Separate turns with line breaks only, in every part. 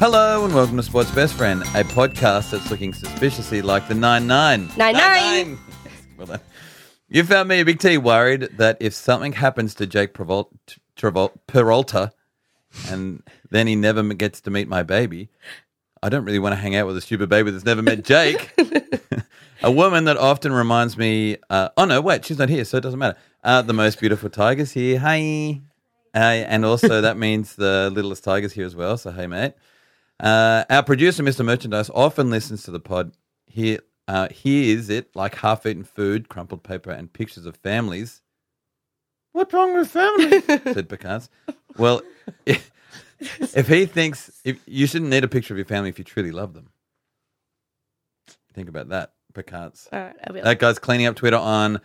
Hello and welcome to Sports Best Friend, a podcast that's looking suspiciously like the 9 9.
Nine nine.
Well done. You found me, Big T, worried that if something happens to Jake Prevol- Trevol- Peralta and then he never gets to meet my baby, I don't really want to hang out with a stupid baby that's never met Jake. a woman that often reminds me, uh, oh no, wait, she's not here, so it doesn't matter. Uh, the most beautiful tiger's here. Hey. Uh, and also, that means the littlest tiger's here as well. So, hey, mate. Uh, our producer, Mr. Merchandise, often listens to the pod. He uh, hears it like half eaten food, crumpled paper, and pictures of families. What's wrong with families? said Picards. Well, if, if he thinks if, you shouldn't need a picture of your family if you truly love them. Think about that, Picards.
All right, I will.
That guy's cleaning up Twitter on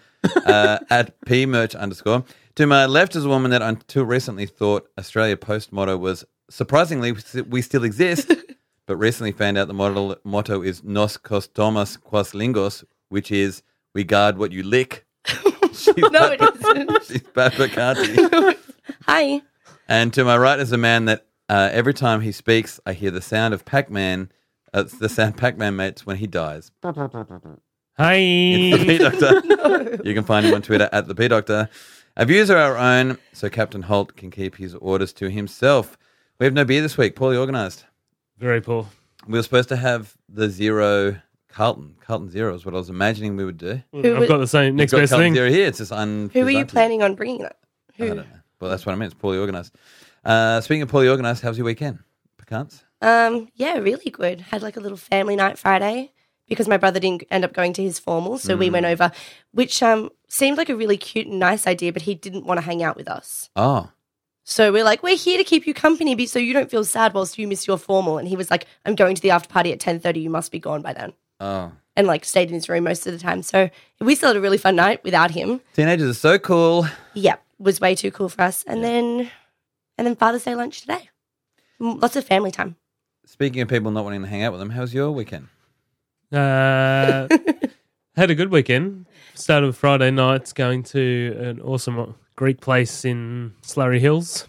uh, at pmerch underscore. To my left is a woman that until recently thought Australia Post motto was surprisingly we still exist, but recently found out the model, motto is nos costomos quas lingos, which is we guard what you lick. She's
no, it isn't.
She's Pat Bacardi.
Hi.
And to my right is a man that uh, every time he speaks, I hear the sound of Pac Man. Uh, it's the sound Pac Man makes when he dies. It's the
Hi.
P Doctor. You can find him on Twitter at the P Doctor. Our views are our own, so Captain Holt can keep his orders to himself. We have no beer this week. Poorly organised.
Very poor.
We were supposed to have the zero Carlton. Carlton zero is what I was imagining we would do.
Who
I've
would-
got the same Mm. next
We've got
best
Carlton
thing.
zero here. It's just un.
Who were you
presented.
planning on bringing up?
I don't
Who?
know. Well, that's what I mean. It's poorly organised. Uh, speaking of poorly organised, how's your weekend? Pecans?
Um, yeah, really good. Had like a little family night Friday because my brother didn't end up going to his formal, so we
Mm.
went over, which um seemed like a really cute and nice idea, but he didn't want to hang out with us.
Oh,
So we're like, we're here to keep you company, be- so you don't feel sad whilst you miss your formal. And he was like, I'm going to the after party at ten thirty. You must be gone by then.
oh.
And like stayed in his room most of the time. So we still had a really fun night without him.
Teenagers are so cool.
yeah, was way too cool for us. And then, and then Father's Day lunch today. Mm, Lots of family time.
Speaking of people not wanting to hang out with them, how's your weekend?
Uh, had a good weekend. Started with Friday nights going to an awesome Greek place in Slurry Hills.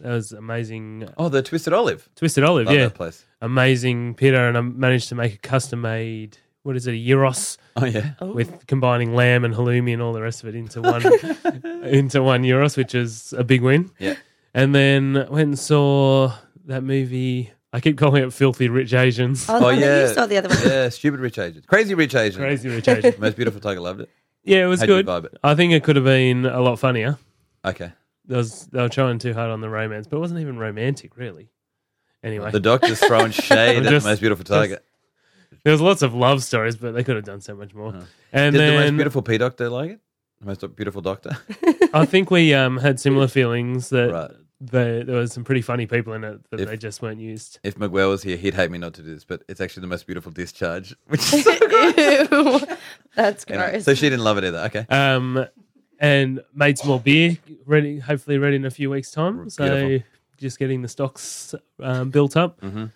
That was amazing.
Oh, the Twisted Olive.
Twisted Olive,
Love
yeah.
that place.
Amazing pita, and I managed to make a custom made, what is it, a gyros
Oh, yeah.
Oh.
with combining lamb and halloumi and all the rest of it into one into one gyros, which is a big win.
Yeah.
And then went and saw that movie. I keep calling it Filthy Rich Asians.
Oh,
Oh,
the one that
yeah.
you saw the other one.
Yeah, stupid rich agent. Crazy rich agent.
Crazy Rich Asians.
Most beautiful tiger loved it.
Yeah, it was
How'd you
good.
vibe it?
I think it could have been a lot funnier.
Okay.
There was, they were trying too hard on the romance, but it wasn't even romantic, really. Anyway,
The doctor's throwing shade
I'm
at
just-
the most beautiful tiger.
there was lots of love stories, but they could have done so much more. And
Did the most
then
beautiful pea doctor like it? The most beautiful doctor?
I think we um, had similar feelings that
Right.
they, there was some pretty funny people in it that
If-
they just weren't used.
If Miguel was here, he'd hate me not to do this, but it's actually the most beautiful discharge. Which is
Ew. That's gross.
Anyway, so she didn't love it either. Okay.
Um, and made some more beer, ready, hopefully ready in a few weeks' time. So
Beautiful.
just getting the stocks um, built up.
Mm-hmm.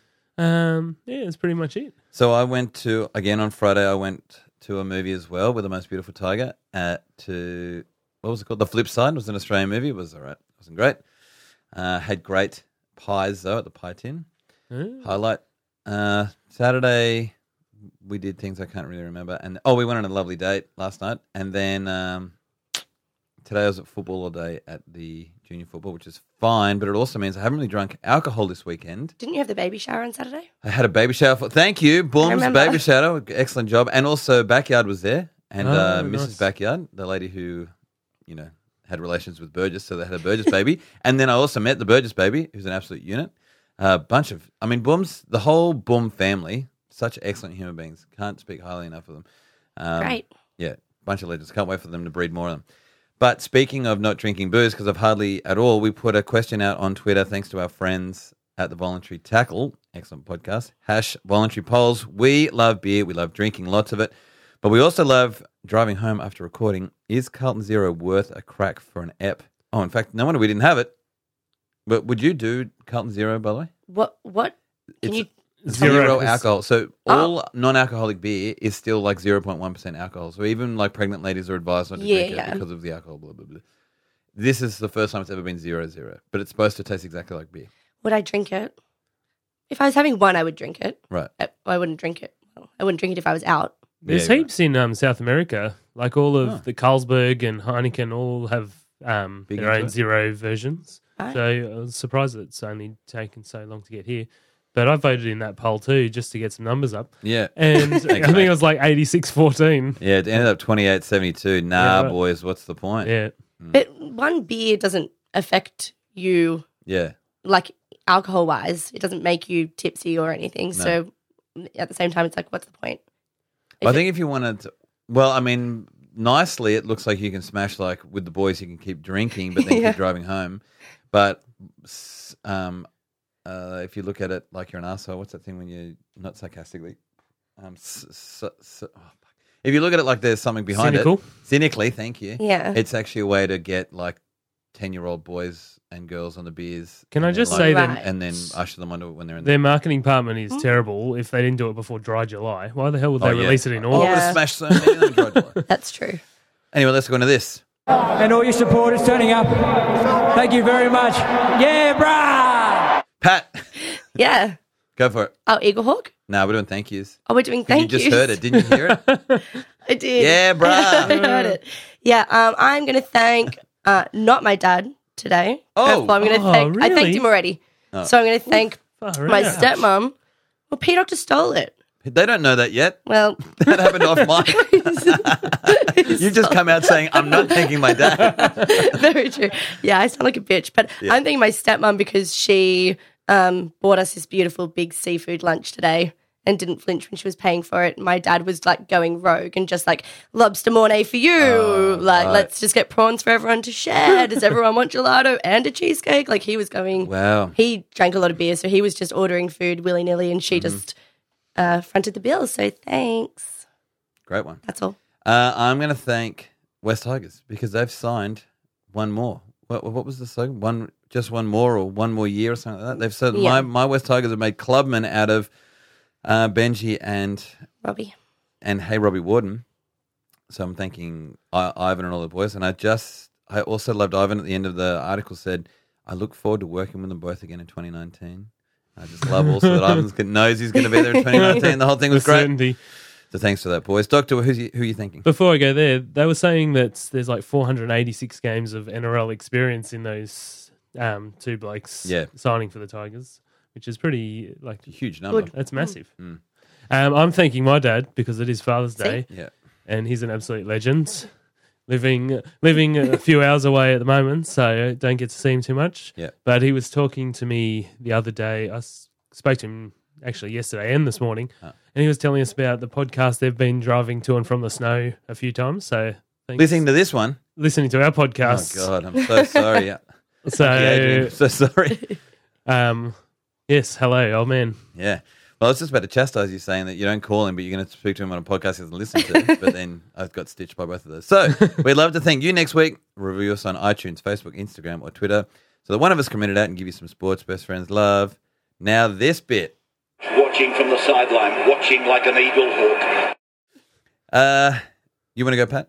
Um, yeah, that's pretty much it.
So I went to again on Friday. I went to a movie as well with the most beautiful tiger at to what was it called? The Flip Side It was an Australian movie. It was all right. It wasn't great. Uh, had great pies though at the pie tin.
Mm.
Highlight uh, Saturday. We did things I can't really remember, and oh, we went on a lovely date last night, and then um, today I was at football all day at the junior football, which is fine, but it also means I haven't really drunk alcohol this weekend.
Didn't you have the baby shower on Saturday?
I had a baby shower. For, thank you, Boom's
remember.
baby shower. Excellent job. And also, Backyard was there, and
Oh,
uh,
nice.
Mrs. Backyard, the lady who, you know, had relations with Burgess, so they had a Burgess baby. And then I also met the Burgess baby, who's an absolute unit. A bunch of, I mean, Boom's the whole Boom family, such excellent human beings. Can't speak highly enough of them. Um,
Great.
yeah, bunch of legends. Can't wait for them to breed more of them. But speaking of not drinking booze, because I've hardly at all, we put a question out on Twitter thanks to our friends at the Voluntary Tackle. Excellent podcast. Hash voluntary polls. We love beer. We love drinking lots of it. But we also love driving home after recording. Is Carlton Zero worth a crack for an ep? Oh, in fact, no wonder we didn't have it. But would you do Carlton Zero, by the way?
What? What? Can
It's
you?
zero,
perc-
alcohol. So
Oh.
all non-alcohol beer is still like zero point one percent alcohol. So even like pregnant ladies are advised not to
Yeah,
drink it
yeah.
because of the alcohol. Blah blah blah. This is the first time it's ever been zero zero, but it's supposed to taste exactly like beer.
Would I drink it? If I was having one, I would drink it.
Right.
I, I wouldn't drink it. Well, I wouldn't drink it if I was out.
There's
Yeah, right.
heaps in um, South America. Like all of
Oh.
the Carlsberg and Heineken all have um,
Big
their
into
own
it.
zero versions.
Ah.
Right.
So I was surprised that it's only taken so long to get here. But I voted in that poll too just to get some numbers up.
Yeah.
And I think
mate.
it was like 86 14.
Yeah, it ended up 28.72. Nah,
Yeah, right.
boys, what's the point?
Yeah.
Mm.
But one beer doesn't affect you
Yeah.
like alcohol wise. It doesn't make you tipsy or anything. So at the same time, it's like, what's the point? If
I
it-
think if you wanted to, well, I mean, nicely, it looks like you can smash, like with the boys, you can keep drinking, but then
Yeah.
keep driving home. But s- um, uh, if you look at it like you're an asshole, what's that thing when you're not sarcastically? Um, s- s- s- oh, fuck. If you look at it like there's something behind
Cynical.
it, cynically, thank you.
Yeah.
It's actually a way to get like 10 year old boys and girls on the beers.
Can
and
I
then,
just
like-
say
Right.
that
And then usher them onto it when they're in
their marketing department is
Hmm.
terrible if they didn't do it before Dry July? Why the hell would they
Oh, yeah.
release it in
Oh, I
August?
would have
Yeah.
smashed so many. on Dry July.
That's true.
anyway, let's go into this.
and all your supporters turning up. Thank you very much. Yeah, brah!
Pat,
Yeah.
go for it.
Oh, Eagle Hawk?
No, we're doing thank yous.
Oh, we're doing
'Cause
thank
you just
yous.
heard it, didn't you hear it?
I did.
Yeah, bruh.
I heard it. Yeah, um, I'm going to thank uh, not my dad today.
Oh.
First of all, I'm going to
Oh,
thank. I
really?
thanked him already, so I'm going to thank
Far
my
out.
stepmom. Well, P Doctor stole it.
they don't know that yet.
Well,
That happened off mic. You've just come out saying, I'm not thanking my dad.
very true. Yeah, I sound like a bitch, but I'm thanking my stepmom because she um, bought us this beautiful big seafood lunch today. And didn't flinch when she was paying for it. My dad was like going rogue and just like lobster mornay for you. like,
Oh, right.
let's just get prawns for everyone to share. Does everyone want gelato and a cheesecake? Like, he was going
Wow.
he drank a lot of beer, so he was just ordering food willy nilly, and
Mm-hmm.
she just uh, fronted the bill. So thanks.
Great one.
That's all.
Uh, I'm going to thank West Tigers because they've signed one more. What, what was the slogan? One, just one more or one more year or something like that. They've said,
Yeah.
my, my West Tigers have made clubmen out of uh, Benji and
Robbie,
and hey Robbie Warden. So I'm thanking I- Ivan and all the boys, and I just I also loved Ivan at the end of the article said I look forward to working with them both again in 2019. I just love also that Ivan knows he's going to be there in 2019. The whole thing
The
was great.
certainty.
So thanks for that, boys. Doctor, who's you, who are you thanking?
Before I go there, they were saying that there's like 486 games of NRL experience in those um, two blokes
Yeah.
signing for the Tigers, which is pretty like
Huge number.
Good.
that's massive.
Hmm.
Um, I'm thanking my dad because it is Father's Day,
Yeah.
and he's an absolute legend. Living living a few hours away at the moment, so don't get to see him too much.
Yeah.
But he was talking to me the other day. I s- spoke to him actually yesterday and this morning,
Ah.
and he was telling us about the podcast they've been driving to and from the snow a few times. So thanks.
Listening to this one.
listening to our
Oh
podcast.
God, I'm so sorry. Yeah. Yeah, Adrian,
So
I'm so sorry.
um, yes, hello, old man.
Yeah. Well, I was just about to chastise you saying that you don't call him, but you're going to speak to him on a podcast he doesn't listen to. but then I got stitched by both of those. So we'd love to thank you next week. Review us on iTunes, Facebook, Instagram, or Twitter so that one of us can read it out and give you some sports, best friends, love. Now, this bit.
watching from the sideline, watching like an eagle hawk.
Uh, you want to go, Pat?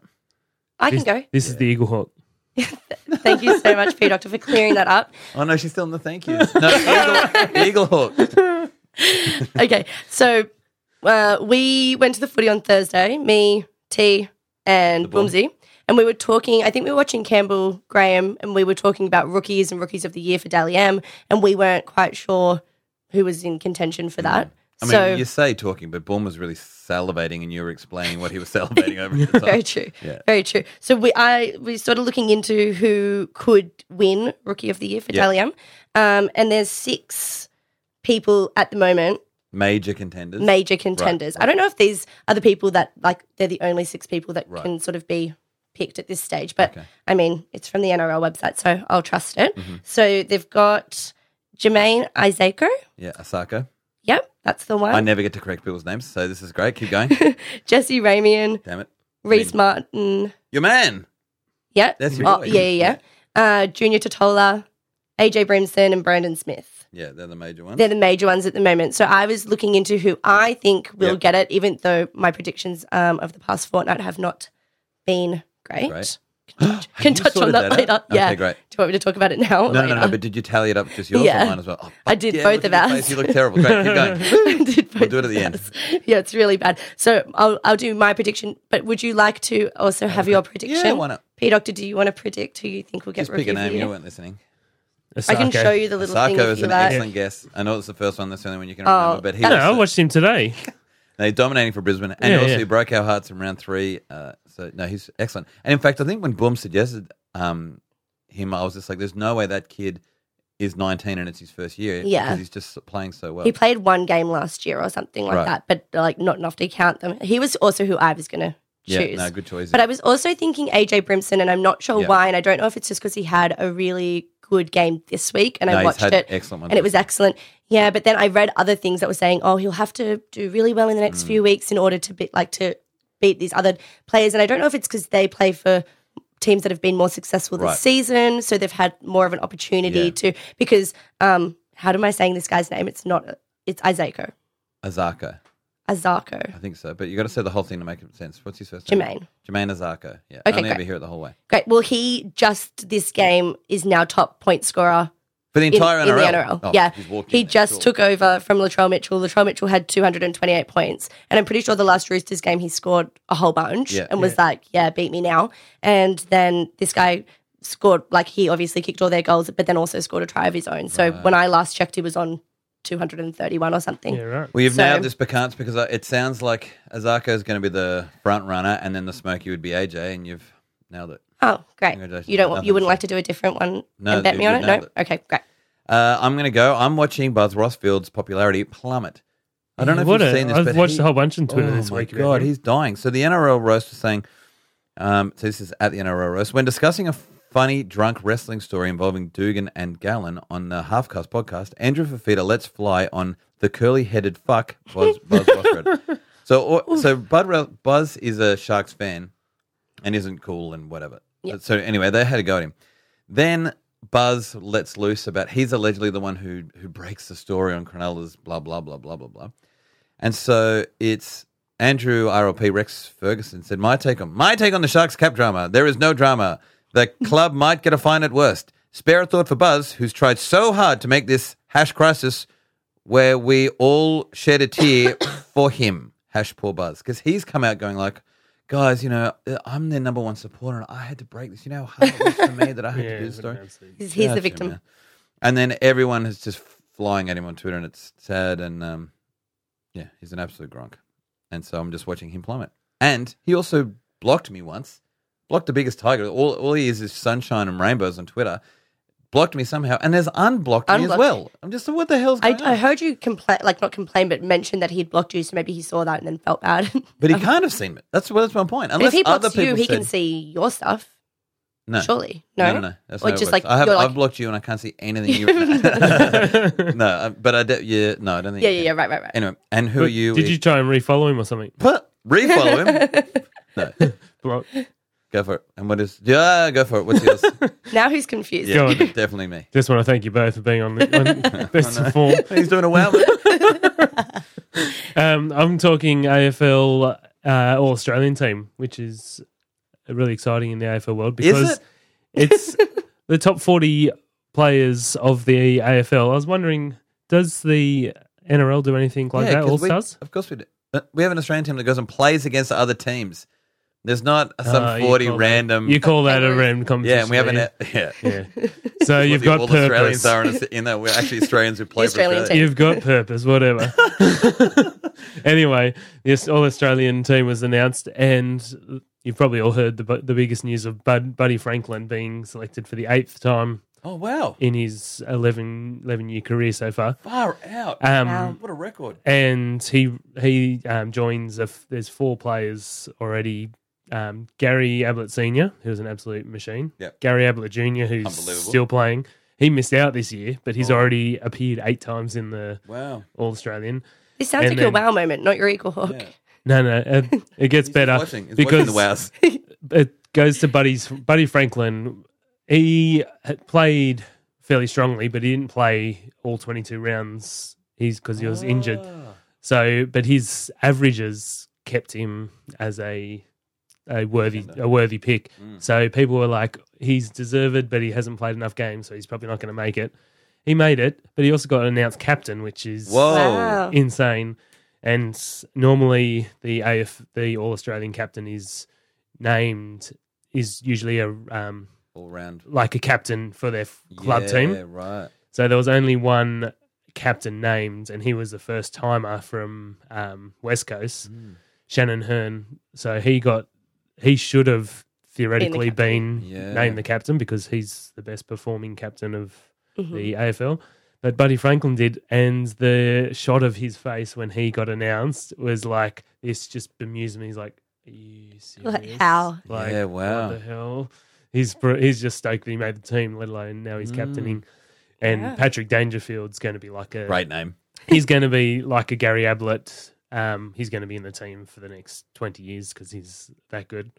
I can
This,
go.
this is the Eagle Hawk.
Thank you so much, P Doctor, for clearing that up.
Oh, no, she's still in the thank yous. No, Eagle, Eagle Hawk.
Okay, so uh, we went to the footy on Thursday. Me, T, and
ball.
Boomsy. And we were talking, I think we were watching Campbell Graham, and we were talking about rookies and rookies of the year for Dally M, and we weren't quite sure who was in contention for that.
Mm. I mean,
so,
you say talking, but Bourne was really salivating and you were explaining what he was salivating over at the time.
Very true.
Yeah.
Very true. So we I we started looking into who could win Rookie of the Year for
Yeah.
Taliam. Um, and there's six people at the moment,
Major contenders.
major contenders. I don't know if these are the people that like they're the only six people that
Right.
can sort of be picked at this stage. But I mean, it's from the NRL website, so I'll trust it.
Mm-hmm.
So they've got Jermaine Isako.
Yeah, Asaka.
Yep, that's the
I
one.
never get to correct people's names, so this is great. Keep going.
Jesse Ramian,
Damn it.
Reese Martin.
Your man.
Yeah.
That's your
oh,
boy.
yeah, yeah, yeah. Uh, Junior Totola, AJ Brimson, and Brandon Smith.
Yeah, they're the major ones.
They're the major ones at the moment. So I was looking into who I think will
Yep.
get it, even though my predictions um, of the past fortnight have not been great.
Great.
Can touch on
sorted
that,
that
later.
out?
Yeah.
Okay, great.
Do you want me to talk about it now? or
No,
later?
no, no. But did you tally it up just yours
Yeah.
or mine as well? Oh,
I
fuck
did
yeah,
both
look
of
at your
ours.
face. You look terrible. Great, keep going.
Did both
do it at the end.
of us. Yeah, it's really bad. So I'll I'll do my prediction. But would you like to also have your prediction?
why not?
P Doctor, do you want to predict who you think will get
Just pick a
review
name.
of
You
you?
weren't listening.
I can show you the little thing
Sarko
if
is
you
an
like.
excellent guess. I know it's the first one. That's the only one you can remember. but he
that-
No,
was
I watched him today.
They're dominating for Brisbane, and
Yeah,
also
yeah.
he broke our hearts in round three. Uh, so no, he's excellent. And in fact, I think when Boom suggested um, him, I was just like, "There's no way that kid is 19 and it's his first year.
Yeah.
because he's just playing so well.
He played one game last year or something like
Right.
that, but like not enough to count them. He was also who I was going to
yeah,
choose.
no, good choice.
But I was also thinking AJ Brimson, and I'm not sure
Yeah.
why. And I don't know if it's just because he had a really good game this week, and
No,
I
he's
watched
had
it,
excellent ones
and it
this
was excellent. Yeah, but then I read other things that were saying, oh, he'll have to do really well in the
Mm.
next few weeks in order to be, like to beat these other players. And I don't know if it's because they play for teams that have been more successful this
Right.
season, so they've had more of an opportunity
Yeah.
to. Because um, how am I saying this guy's name? It's not. It's Isako.
Azaka,
Azako.
I think so. But you got to say the whole thing to make it sense. What's his first name?
Jermaine.
Jermaine Azaka. Yeah,
Okay,
I only ever
great.
hear it the whole way
Great. Well, he just this game is now top point scorer
for the
in,
entire
in
NRL.
the NRL.
Oh,
yeah,
he's walked
he
in there,
just
sure.
took over from Latrell Mitchell. Latrell Mitchell had 228 points, and I'm pretty sure the last Roosters game he scored a whole bunch
Yeah.
and was like, "Yeah, beat me now." And then this guy scored like he obviously kicked all their goals, but then also scored a try of his own. So when I last checked, he was on 231 or something.
Yeah, right.
Well, you've
So-
nailed this Picance because I- it sounds like Azaka is going to be the front runner, and then the Smoky would be AJ, and you've nailed it.
Oh, great!
Congratulations.
You don't want, you wouldn't
Nothing.
like to do a different one
No,
and bet me
you
on it? No.
nailed it.
Okay, great.
Uh, I'm going to go. I'm watching Buzz Rossfield's popularity plummet. I don't know if
What
you've
a-
seen this. but
I've watched
he-
a whole bunch on Twitter
oh
this
my
week. about
God,
him.
he's dying. So the NRL roast was saying, um, so this is at the NRL roast when discussing a funny drunk wrestling story involving Dugan and Gallen on the Halfcast podcast. Andrew Fafita lets fly on the curly-headed fuck Buzz, Buzz Rossfield. So or, so Bud Ro- Buzz is a Sharks fan and isn't cool and whatever. So anyway, they had a go at him. Then Buzz lets loose about he's allegedly the one who who breaks the story on Cronulla's blah blah blah blah blah blah. And so it's Andrew RLP Rex Ferguson said, My take on my take on the Sharks cap drama. There is no drama. The club might get a fine at worst. Spare a thought for Buzz, who's tried so hard to make this hash crisis where we all shed a tear for him. Hash poor Buzz, because he's come out going like, guys, you know, I'm their number one supporter, and I had to break this. You know how hard it was for me that I had to do this story.
He's, he's the
Gotcha,
victim.
man. And then everyone is just flying at him on Twitter, and it's sad. And um, yeah, he's an absolute gronk. And so I'm just watching him plummet. And he also blocked me once. Blocked the biggest tiger. All, all he is is sunshine and rainbows on Twitter. Blocked me somehow, and has unblocked, me as
Unblocked.
well. I'm just like, what the hell's
I,
going
I
on?
heard you complain, like not complain, but mention that he'd blocked you, so maybe he saw that and then felt bad.
But he can't have seen it. That's that's my point.
But
Unless
if he blocks
other people
you, he
said,
can see your stuff.
No,
Surely,
no,
no,
no, no. That's
or
not how it
just
works.
like
I have,
you're
I've
like,
blocked you, and I can't see anything you. no, uh, but I do, yeah, no, I don't think.
yeah,
you
yeah,
can.
yeah, right, right, right.
Anyway, and who are
But
you?
Did you try and refollow him or something?
But refollow him. no,
Block.
go for it. And what is? Yeah, go for it. What's yours?
now he's confused.
Yeah,
on.
definitely me.
Just want to thank you both for being on, the, on best of form.
He's doing a wow.
Um, I'm talking AFL uh, All Australian team, which is really exciting in the AFL world because
it?
it's the top 40 players of the AFL. I was wondering, does the NRL do anything like that? All
we,
Stars?
Of course we do. But we have an Australian team that goes and plays against other teams. There's not some
Uh, you
40
call that-
random.
you call that a
Kangaroos.
random competition?
yeah, and we have an.
yeah.
Yeah.
Yeah. So you've got
all
purpose.
Australians are in, a, in that. We're actually Australians who play
The Australian
for Australia.
team.
You've got purpose, whatever. anyway, this All Australian team was announced, and you've probably all heard the bu- the biggest news of Bud, Buddy Franklin being selected for the eighth time
Oh, wow.
in his 11, 11 year career so far.
Far out.
Um,
Wow.
What a record.
And he he um, joins. A f- there's four players already. Um, Gary Ablett Senior, who's an absolute machine.
Yep.
Gary Ablett Junior, who's
Unbelievable. Oh.
still playing. He missed out this year, but he's already appeared eight times in the
Wow.
All Australian.
This sounds
And
like your
then-
wow moment, not your equal hawk.
Yeah.
No, no, it, it gets better
Watching. He's watching
because
the wows.
it goes to Buddy's Buddy Franklin. He had played fairly strongly, but he didn't play all twenty-two rounds. He's because he was
Ah.
injured. So, but his averages kept him as a a worthy a worthy pick.
Mm.
So people were like, he's deserved, but he hasn't played enough games, so he's probably not going to make it. He made it, but he also got announced captain, which is
Whoa.
Wow.
insane. And s- normally the AF the All Australian captain is named is usually a um,
All round.
like a captain for their f- club
yeah,
team.
right.
So there was only one captain named, and he was the first timer from um, West Coast,
Hmm.
Shannon Hearn. So he got he should have theoretically been,
Yeah.
named the captain because he's the best performing captain of
Mm-hmm.
the AFL. But Buddy Franklin did, and the shot of his face when he got announced was like this. Just bemused me. He's like, "Are you serious?
Like, how?
Like,
Yeah, wow.
What the hell? He's br- he's just stoked that he made the team, let alone now he's captaining. And Patrick Dangerfield's going to be like a
Great name.
he's going to be like a Gary Ablett. Um, he's going to be in the team for the next twenty years because he's that good.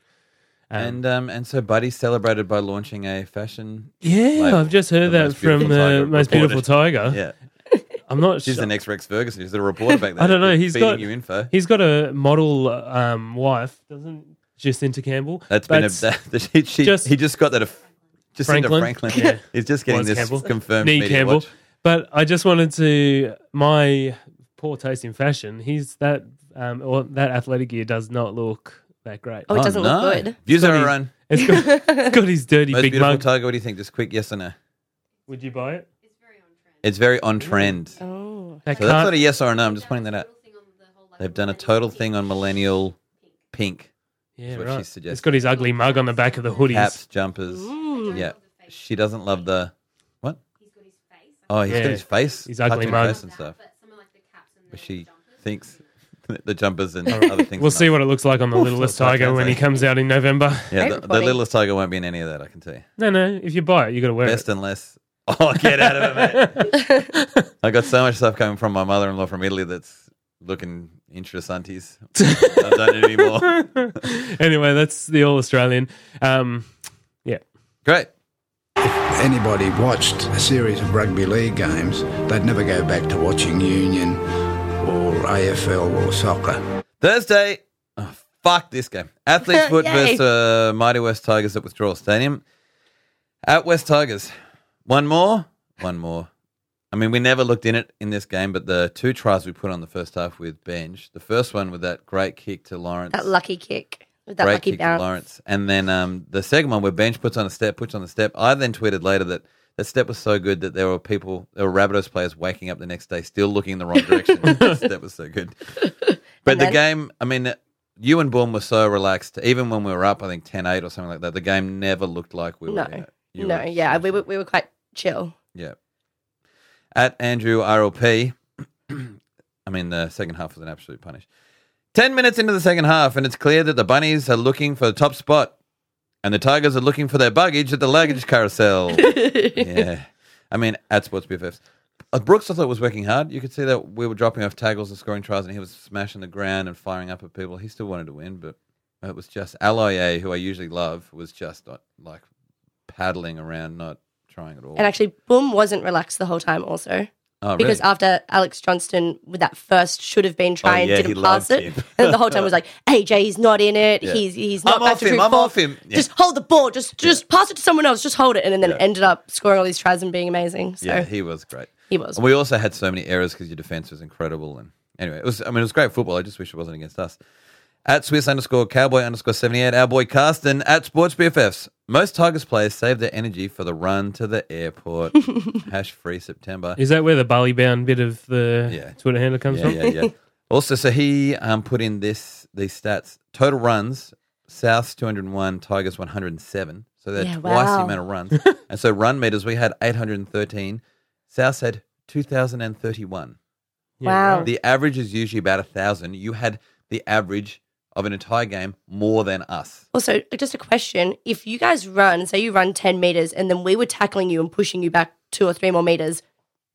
Um,
and um, and so Buddy celebrated by launching a fashion.
yeah,
like,
I've just heard
the
that
most beautiful
from the
tiger
most beautiful tiger.
Yeah,
I'm not
she's
sure.
the next Rex Ferguson. She's the reporter back there.
I don't know.
She's
He's
feeding
got
you info.
He's got a model um, wife, doesn't Jacinta Campbell?
That's been a,
That's-
that, she, she,
just-
he just got that. Af- just into
Franklin?
Franklin.
Yeah.
He's just getting
Was
this
Campbell.
confirmed.
Knee
media
Campbell.
watch.
But I just wanted to my poor taste in fashion. He's that um, or that athletic gear does not look that great.
Oh, it doesn't look good.
Views
Got
are
his
our own.
It's got, it's got his dirty
Most
big
beautiful
mug.
tiger. What do you think? Just quick, yes or no?
Would you buy it?
It's very on trend. So
Oh,
that's
That can't-
not a yes or a no. I'm just pointing that out. Uh, They've done a total thing on millennial pink
yeah,
what
right.
she's suggesting.
It's got his ugly mug on the back of the hoodies.
caps, jumpers. Yeah, she doesn't love the what? Oh, he's
Yeah.
got his face,
His ugly
touching
mug.
face and stuff. But she thinks that the jumpers and other things.
We'll
are
see
nice.
what it looks like on the littlest
that's what it
tiger when he
sounds like.
comes out in November.
Yeah, the,
Favorite
the
body.
littlest tiger won't be in any of that. I can tell you.
No, no. If you buy it, you got to wear
Best
it.
unless. Oh, get out of it, mate. I got so much stuff coming from my mother-in-law from Italy that's looking interessantes. I've done it anymore.
anyway, that's the All Australian. Um, yeah,
Great.
anybody watched a series of rugby league games, they'd never go back to watching Union or AFL or soccer.
Thursday. Oh, fuck this game. Athlete's Foot
Yay.
versus uh, Mighty West Tigers at Withdrawal Stadium. At West Tigers. One more. One more. I mean, we never looked in it in this game, but the two tries we put on the first half with Benj, the first one with that great kick to Lawrence.
that lucky kick with that
great
lucky
kick
bounce.
to Lawrence. And then um, the second one where Benj puts on a step, puts on a step. I then tweeted later that that step was so good that there were people, there were Rabbitohs players waking up the next day still looking in the wrong direction. that step was so good. But
And
the
then-
game, I mean, uh, you and Bourne were so relaxed. Even when we were up, I think 10 8 or something like that, the game never looked like we were.
No,
in it. You
no,
were-
yeah, we were, we were quite chill.
Yeah. At Andrew RLP, I mean, the second half was an absolute punish. 10 minutes into the second half, and it's clear that the Bunnies are looking for the top spot, and the Tigers are looking for their baggage at the luggage carousel. yeah. I mean, at Sports BFFs. Uh, Brooks, I thought, was working hard. You could see that we were dropping off tackles and scoring tries, and he was smashing the ground and firing up at people. He still wanted to win, but it was just Alloye, who I usually love, was just uh, like paddling around, not trying at all.
And actually, Boom wasn't relaxed the whole time, also.
Oh,
Because
really?
after Alex Johnston with that first should have been try
Oh,
and
yeah, he
didn't pass
loved
it,
him.
and the whole time was like, AJ, he's not in it. He's he's not
I'm
back
off
to
him,
true
I'm
form.
off him. Yeah.
Just hold the ball. Just just pass it to someone else. Just hold it, and then, then ended up scoring all these tries and being amazing. So
yeah, he was great.
he was.
And we also had so many errors because your defense was incredible. And anyway, it was. I mean, it was great football. I just wish it wasn't against us. At Swiss underscore cowboy underscore seventy eight, our boy Carsten at Sports BFFs. Most Tigers players save their energy for the run to the airport. Hash free September.
is that where the bally bound bit of the
Yeah.
Twitter handle comes
Yeah,
from?
yeah, yeah. also, so he um, put in this these stats: total runs, Souths two hundred and one, Tigers one hundred and seven. So they're
Yeah,
twice the
wow.
amount of runs. and so run meters, we had eight hundred and thirteen. Souths had two thousand and thirty-one.
Wow.
right.
The average is usually about a thousand. You had the average of an entire game more than us.
Also, just a question: If you guys run, say you run ten meters, and then we were tackling you and pushing you back two or three more meters,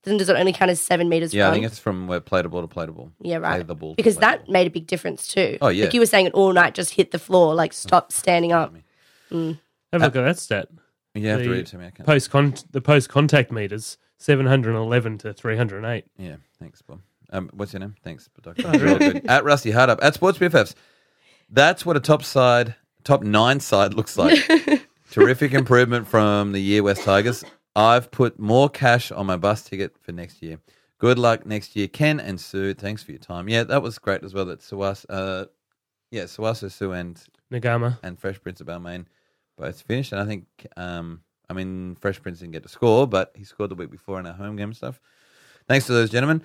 then does it only count as seven meters?
Yeah, I
run?
think it's from where play to ball to play to ball.
yeah,
Play
right.
the ball to
because
play the
that made a big difference too.
Oh, yeah.
like you were saying, it all night just hit the floor, like stop standing up.
Have a look at that stat.
ball. you have to
the
read it to me. I can't.
Post con- the post contact meters seven hundred and eleven to three hundred and eight.
Yeah, thanks, Bob. Um, what's your name? Thanks, Doctor. You're all good. At Rusty Hard Up at Sports BFFs. That's what a top side top nine side looks like. Terrific improvement from the year West Tigers. I've put more cash on my bus ticket for next year. Good luck next year, Ken and Sue. Thanks for your time. Yeah, that was great as well. That Suwas, uh, yeah, Suwasa, Sue, and
Nagama.
and Fresh Prince of Balmain both finished. And I think, um, I mean, Fresh Prince didn't get to score, but he scored the week before in our home game and stuff. Thanks to those gentlemen.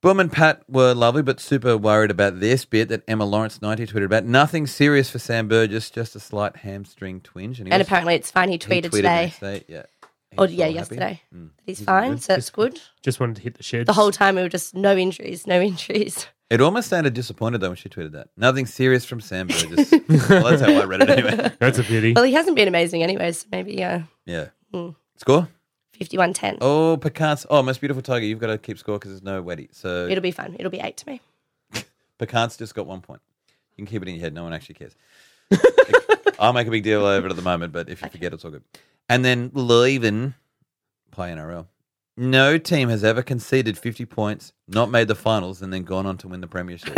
Boom and Pat were lovely, but super worried about this bit that Emma Lawrence ninety tweeted about. Nothing serious for Sam Burgess, just a slight hamstring twinge. he
And
was-
apparently it's fine. He
he
tweeted,
tweeted the
today.
next day, Yeah. He
Or
was
yeah,
all happy.
yesterday.
Mm.
That he's fine,
good.
so that's good.
Just wanted to hit the shed.
The whole time we were just no injuries, no injuries.
It almost sounded disappointed though when she tweeted that. Nothing serious from Sam Burgess. well, that's how I read it anyway.
That's a pity.
Well, he hasn't been amazing anyway, so maybe yeah,
Yeah.
Hmm.
Score?
fifty-one ten.
Oh, Picard's. Oh, most beautiful tiger. You've got to keep score because there's no Weddy. So
It'll be fun. It'll be eight to me.
Picard's just got one point. You can keep it in your head. No one actually cares. I'll make a big deal over it at the moment, but if you forget, it's all good. And then Leuven play NRL. No team has ever conceded 50 points, not made the finals, and then gone on to win the premiership.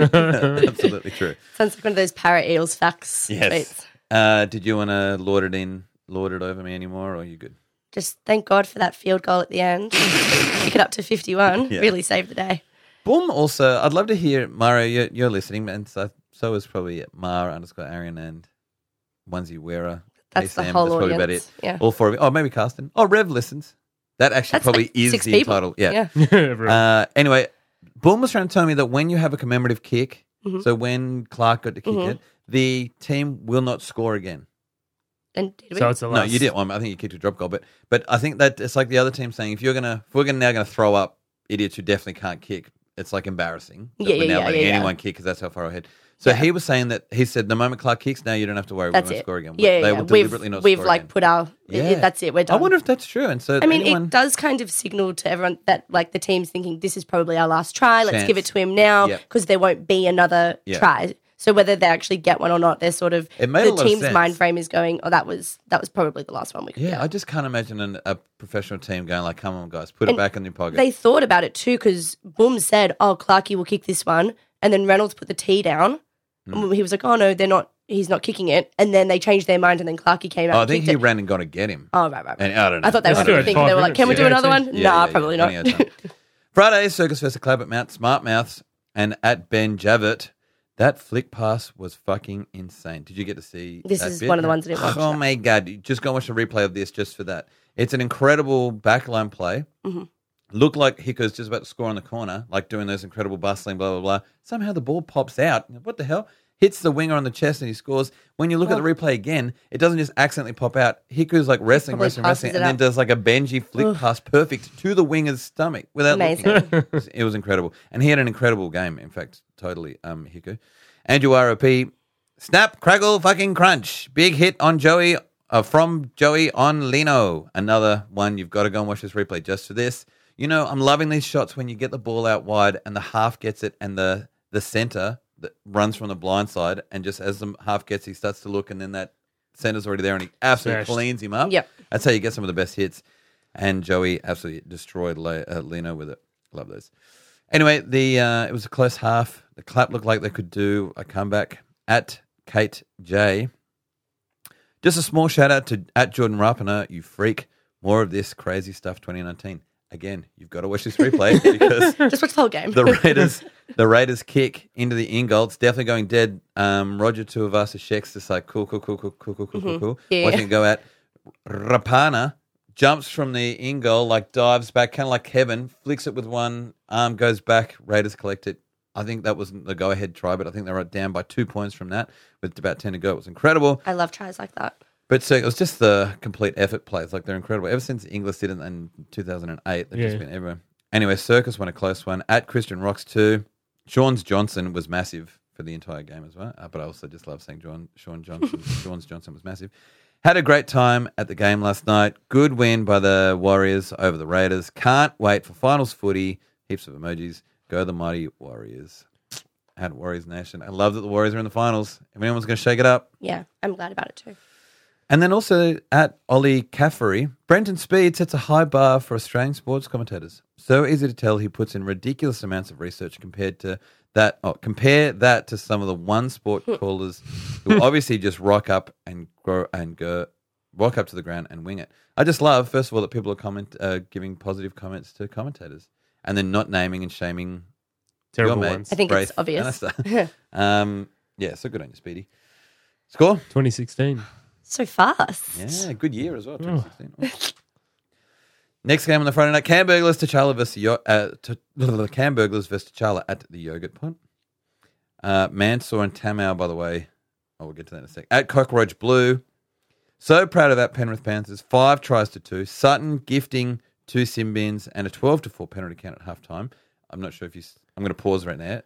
Absolutely true.
Sounds like one of those para eels facts. tweets.
Uh, did you want to lord it in, lord it over me anymore, or are you good?
Just thank God for that field goal at the end. Pick it up to fifty-one.
Yeah.
Really saved the day.
Boom. Also, I'd love to hear Mario. You're, you're listening, and so so is probably Mara underscore Arian and onesie wearer.
That's the whole audience, yeah.
All four of you. Oh, maybe Carsten. Oh, Rev listens. That actually
That's
probably
like
is
six
the
people.
title. Yeah.
Everyone.
Uh, anyway, Boom was trying to tell me that when you have a commemorative kick,
Mm-hmm.
so when Clark got to kick it, the team will not score again.
And did we?
so it's the
No,
last.
you didn't. Well, I think you kicked a drop goal, but but I think that it's like the other team saying if you're gonna if we're gonna now gonna throw up idiots who definitely can't kick, it's like embarrassing. That
Yeah,
we're
yeah,
now
yeah,
letting
yeah, yeah.
anyone kick because that's how far ahead. So he was saying that he said the moment Clark kicks, now you don't have to worry.
that's
we won't
it.
score again.
Yeah, yeah,
they
yeah.
will
We've
deliberately not
we've
score
like
again.
put our. it-
Yeah.
it- that's it. We're done.
I wonder if that's true. And so
I mean,
anyone,
it does kind of signal to everyone that like the team's thinking this is probably our last try. Let's
Chance.
give it to him now
Yep.
because there won't be another
Yeah.
try. So whether they actually get one or not, they're sort of
It made a
the
lot of
team's
sense.
mind frame is going. Oh, that was that was probably the last one we could
yeah,
get.
I just can't imagine an, a professional team going like, "Come on, guys, put it
And
back in your pocket."
They thought about it too because Boom said, "Oh, Clarkey will kick this one," and then Reynolds put the tee down.
Hmm.
And he was like, "Oh no, they're not. He's not kicking it." And then they changed their mind, and then Clarkey came out.
oh, I
and
think
kicked
he
it.
ran and got to get him.
Oh right, right. right.
And I don't know.
I thought they were
don't
do
know.
it.
thinking they were like, "Can we
Yeah.
do another one?"
Yeah,
nah,
yeah,
probably
yeah.
not.
Running out of time. Friday, Circus Fest at Club at Mount Smartmouth and at Ben Javert. That flick pass was fucking insane. Did you get to see?
This
is
is one of the ones I didn't watch.
Oh my god! Just go and watch a replay of this just for that. It's an incredible backline play.
Mm-hmm.
Looked like Hicko's just about to score on the corner, like doing those incredible bustling, blah blah blah. Somehow the ball pops out. What the hell? Hits the winger on the chest and he scores. When you look at the replay again, it doesn't just accidentally pop out. Hicko's like wrestling,
probably
wrestling, wrestling,
passes it
and then
up.
does like a Benji flick pass, perfect to the winger's stomach without looking.
Amazing.
It was- it was incredible, and he had an incredible game. In fact, totally um, Hicko. Andrew ROP, snap, craggle, fucking crunch, big hit on Joey uh, from Joey on Lino. Another one you've got to go and watch this replay just for this. You know, I'm loving these shots when you get the ball out wide and the half gets it, and the the center that runs from the blind side, and just as the half gets, he starts to look, and then that center's already there, and he absolutely
Smashed.
cleans him up.
Yep.
That's how you get some of the best hits. And Joey absolutely destroyed Le- uh, Leno with it. Love those. Anyway, the uh, it was a close half. The clap looked like they could do a comeback at Kate J. Just a small shout out to at Jordan Rapiner, you freak. More of this crazy stuff 2019. Again, you've got to watch this replay because
Just watch the whole game.
the Raiders, the Raiders kick into the in goal. It's definitely going dead. Um, Roger Tuivasa Sheck's just like cool, cool, cool, cool, cool, cool, cool, cool, cool.
Yeah.
Watching it go out. Rapana jumps from the in goal, like dives back, kind of like Kevin, flicks it with one arm, goes back. Raiders collect it. I think that wasn't the go ahead try, but I think they were down by two points from that with about 10 to go. It was incredible.
I love tries like that.
But so it was just the complete effort plays. Like they're incredible. Ever since Inglis did it in 2008, they've just
Yeah.
been everywhere. Anyway, Circus won a close one at Christian Rocks 2. Sean's Johnson was massive for the entire game as well. Uh, but I also just love saying John, Sean Johnson. Sean's Johnson was massive. Had a great time at the game last night. Good win by the Warriors over the Raiders. Can't wait for finals footy. Heaps of emojis. Go the mighty Warriors. At Warriors Nation. I love that the Warriors are in the finals. If anyone's going to shake it up,
Yeah, I'm glad about it too.
and then also at Ollie Caffery, Brenton Speed sets a high bar for Australian sports commentators. So easy to tell he puts in ridiculous amounts of research compared to that oh, compare that to some of the one sport callers who obviously just rock up and grow and go rock up to the ground and wing it. I just love first of all that people are comment uh, giving positive comments to commentators and then not naming and shaming your
Terrible
mate,
ones.
I think it's
Braith
obvious.
Bannister. um, yeah, so good on you, Speedy. Score.
2016.
So fast.
Yeah, good year as well. 2016. Next game on the Friday night: Camburglers T'Challa versus Yo- uh, T- Camburglers versus T'Challa at the Yogurt Pond. Uh, Mansour and Tamau, by the way. Oh, we'll get to that in a sec. At Cockroach Blue. So proud of that Penrith Panthers. Five tries to two. Sutton gifting two Simbins and a 12 to 4 penalty count at halftime. I'm not sure if you. s- I'm going to pause right now.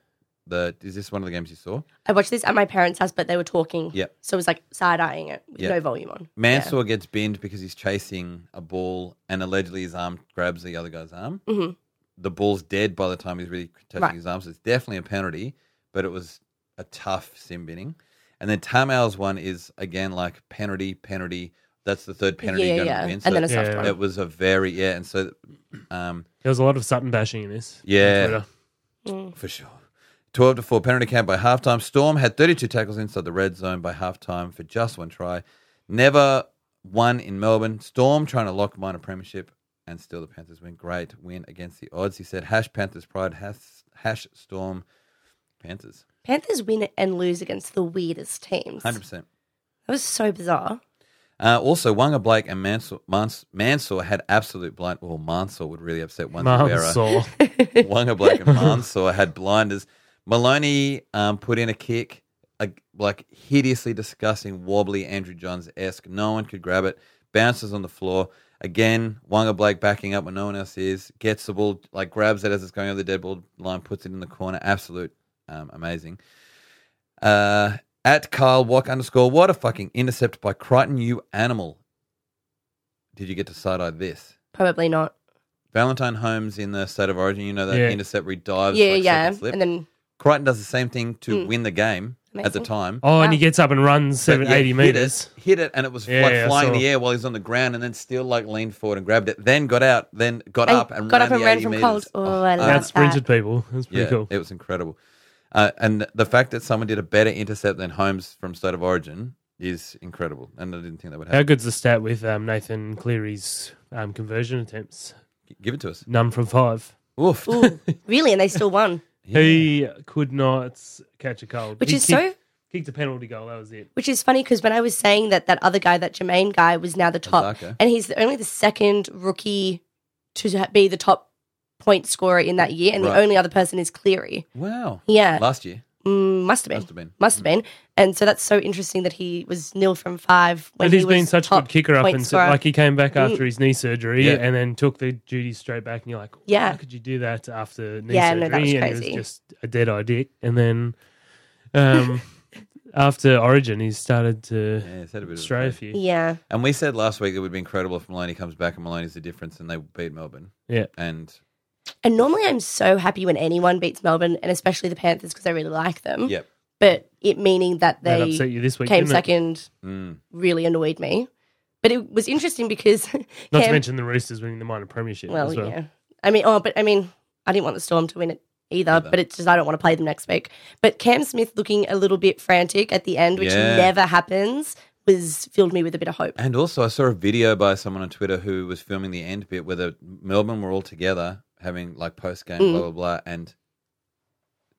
The, is this one of the games you saw?
I watched this at my parents' house, but they were talking.
Yep.
So it was like side eyeing it with
Yep.
no volume on.
Mm-hmm. Mansour gets binned because he's chasing a ball and allegedly his arm grabs the other guy's arm.
Mhm.
The ball's dead by the time he's really touching
Right.
his arm, so it's definitely a penalty, but it was a tough sim binning. And then Tamau's one is again like penalty, penalty. That's the third penalty
Yeah,
you're going
yeah.
to win.
And then a
Yeah,
soft
yeah.
one.
it was a very yeah, and so um
There was a lot of Sutton bashing in this. on
Yeah.
Twitter.
for sure. 12 to 4 penalty count by halftime. Storm had 32 tackles inside the red zone by halftime for just one try. Never won in Melbourne. Storm trying to lock minor premiership and still the Panthers win. Great win against the odds. He said, hash Panthers pride, hash, hash Storm Panthers.
Panthers win and lose against the weirdest teams.
100%.
That was so bizarre.
Uh, also, Wanga Blake and Mansour, Mans- Mansour had absolute blind. Well, Mansour would really upset one.
Mansour.
Wonga Black and Mansour had blinders. Maloney um, put in a kick, a, like hideously disgusting, wobbly Andrew Johns esque. No one could grab it. Bounces on the floor. Again, Wonga Blake backing up when no one else is. Gets the ball, like grabs it as it's going over the dead ball line, puts it in the corner. Absolute um, amazing. Uh, at Carl Walk underscore, what a fucking intercept by Crichton, you animal. Did you get to side eye this?
Probably not.
Valentine Holmes in the State of Origin, you know that
Yeah.
intercept where he dives.
yeah,
like,
yeah.
second slip.
And then Hmm.
Crichton does the same thing to win the game at the
Amazing.
time.
Oh, and
Wow.
he gets up and runs
But,
seven,
yeah,
80 meters.
Hit it, hit it, and it was
Yeah,
like
yeah, I
flying in
saw.
the air while he's on the ground, and then still like leaned forward and grabbed it. Then got out, then got
And
up and
got
ran
up and
the
ran
80
from
meters.
cold. Oh, I love
That
That's
sprinted people. That's pretty
Uh, yeah,
cool.
it was incredible. Uh, and the fact that someone did a better intercept than Holmes from State of Origin is incredible, and I didn't think that would
How
happen.
good's the stat with um, Nathan Cleary's um, conversion attempts?
Give it to us.
None from five.
Oof.
Ooh, really? And they still won,
He could not catch a cold.
which
He
is
kicked,
so.
Kicked a penalty goal. That was it.
Which is funny because when I was saying that that other guy, that Jermaine guy, was now the top,
Azarka.
and he's the, only the second rookie to ha- be the top point scorer in that year, and
Right.
the only other person is Cleary.
Wow.
Yeah,
Last year.
Mm, must have been.
Must have been.
Must have been. And so that's so interesting that he was nil from five when
and
he
he's
was
been such a
top
good kicker up
point
and
scorer.
like he came back after his knee surgery
Yeah.
and then took the duties straight back and you're like,
Yeah.
how could you do that after knee
Yeah,
surgery?
no, that was
and it
crazy.
was just a dead eye dick. And then um, after Origin, he started to
Yeah, he's had a bit of a
stray a
break.
few.
yeah,
And we said last week it would be incredible if Maloney comes back and Maloney's the difference and they beat Melbourne.
Yeah.
And
and normally I'm so happy when anyone beats Melbourne and especially the Panthers because I really like them.
yeah.
But it meaning that
That
they
upset you this week.
came
didn't it?
second
Mm.
really annoyed me. But it was interesting because
Not to
Cam-
mention the Roosters winning the minor premiership
well,
as well.
yeah. I mean, oh, but I mean, I didn't want the Storm to win it either.
Either.
But it's just I don't want to play them next week. But Cam Smith looking a little bit frantic at the end, which
Yeah.
never happens, was filled me with a bit of hope.
And also, I saw a video by someone on Twitter who was filming the end bit where the Melbourne were all together having like post game,
Mm.
blah, blah, blah. And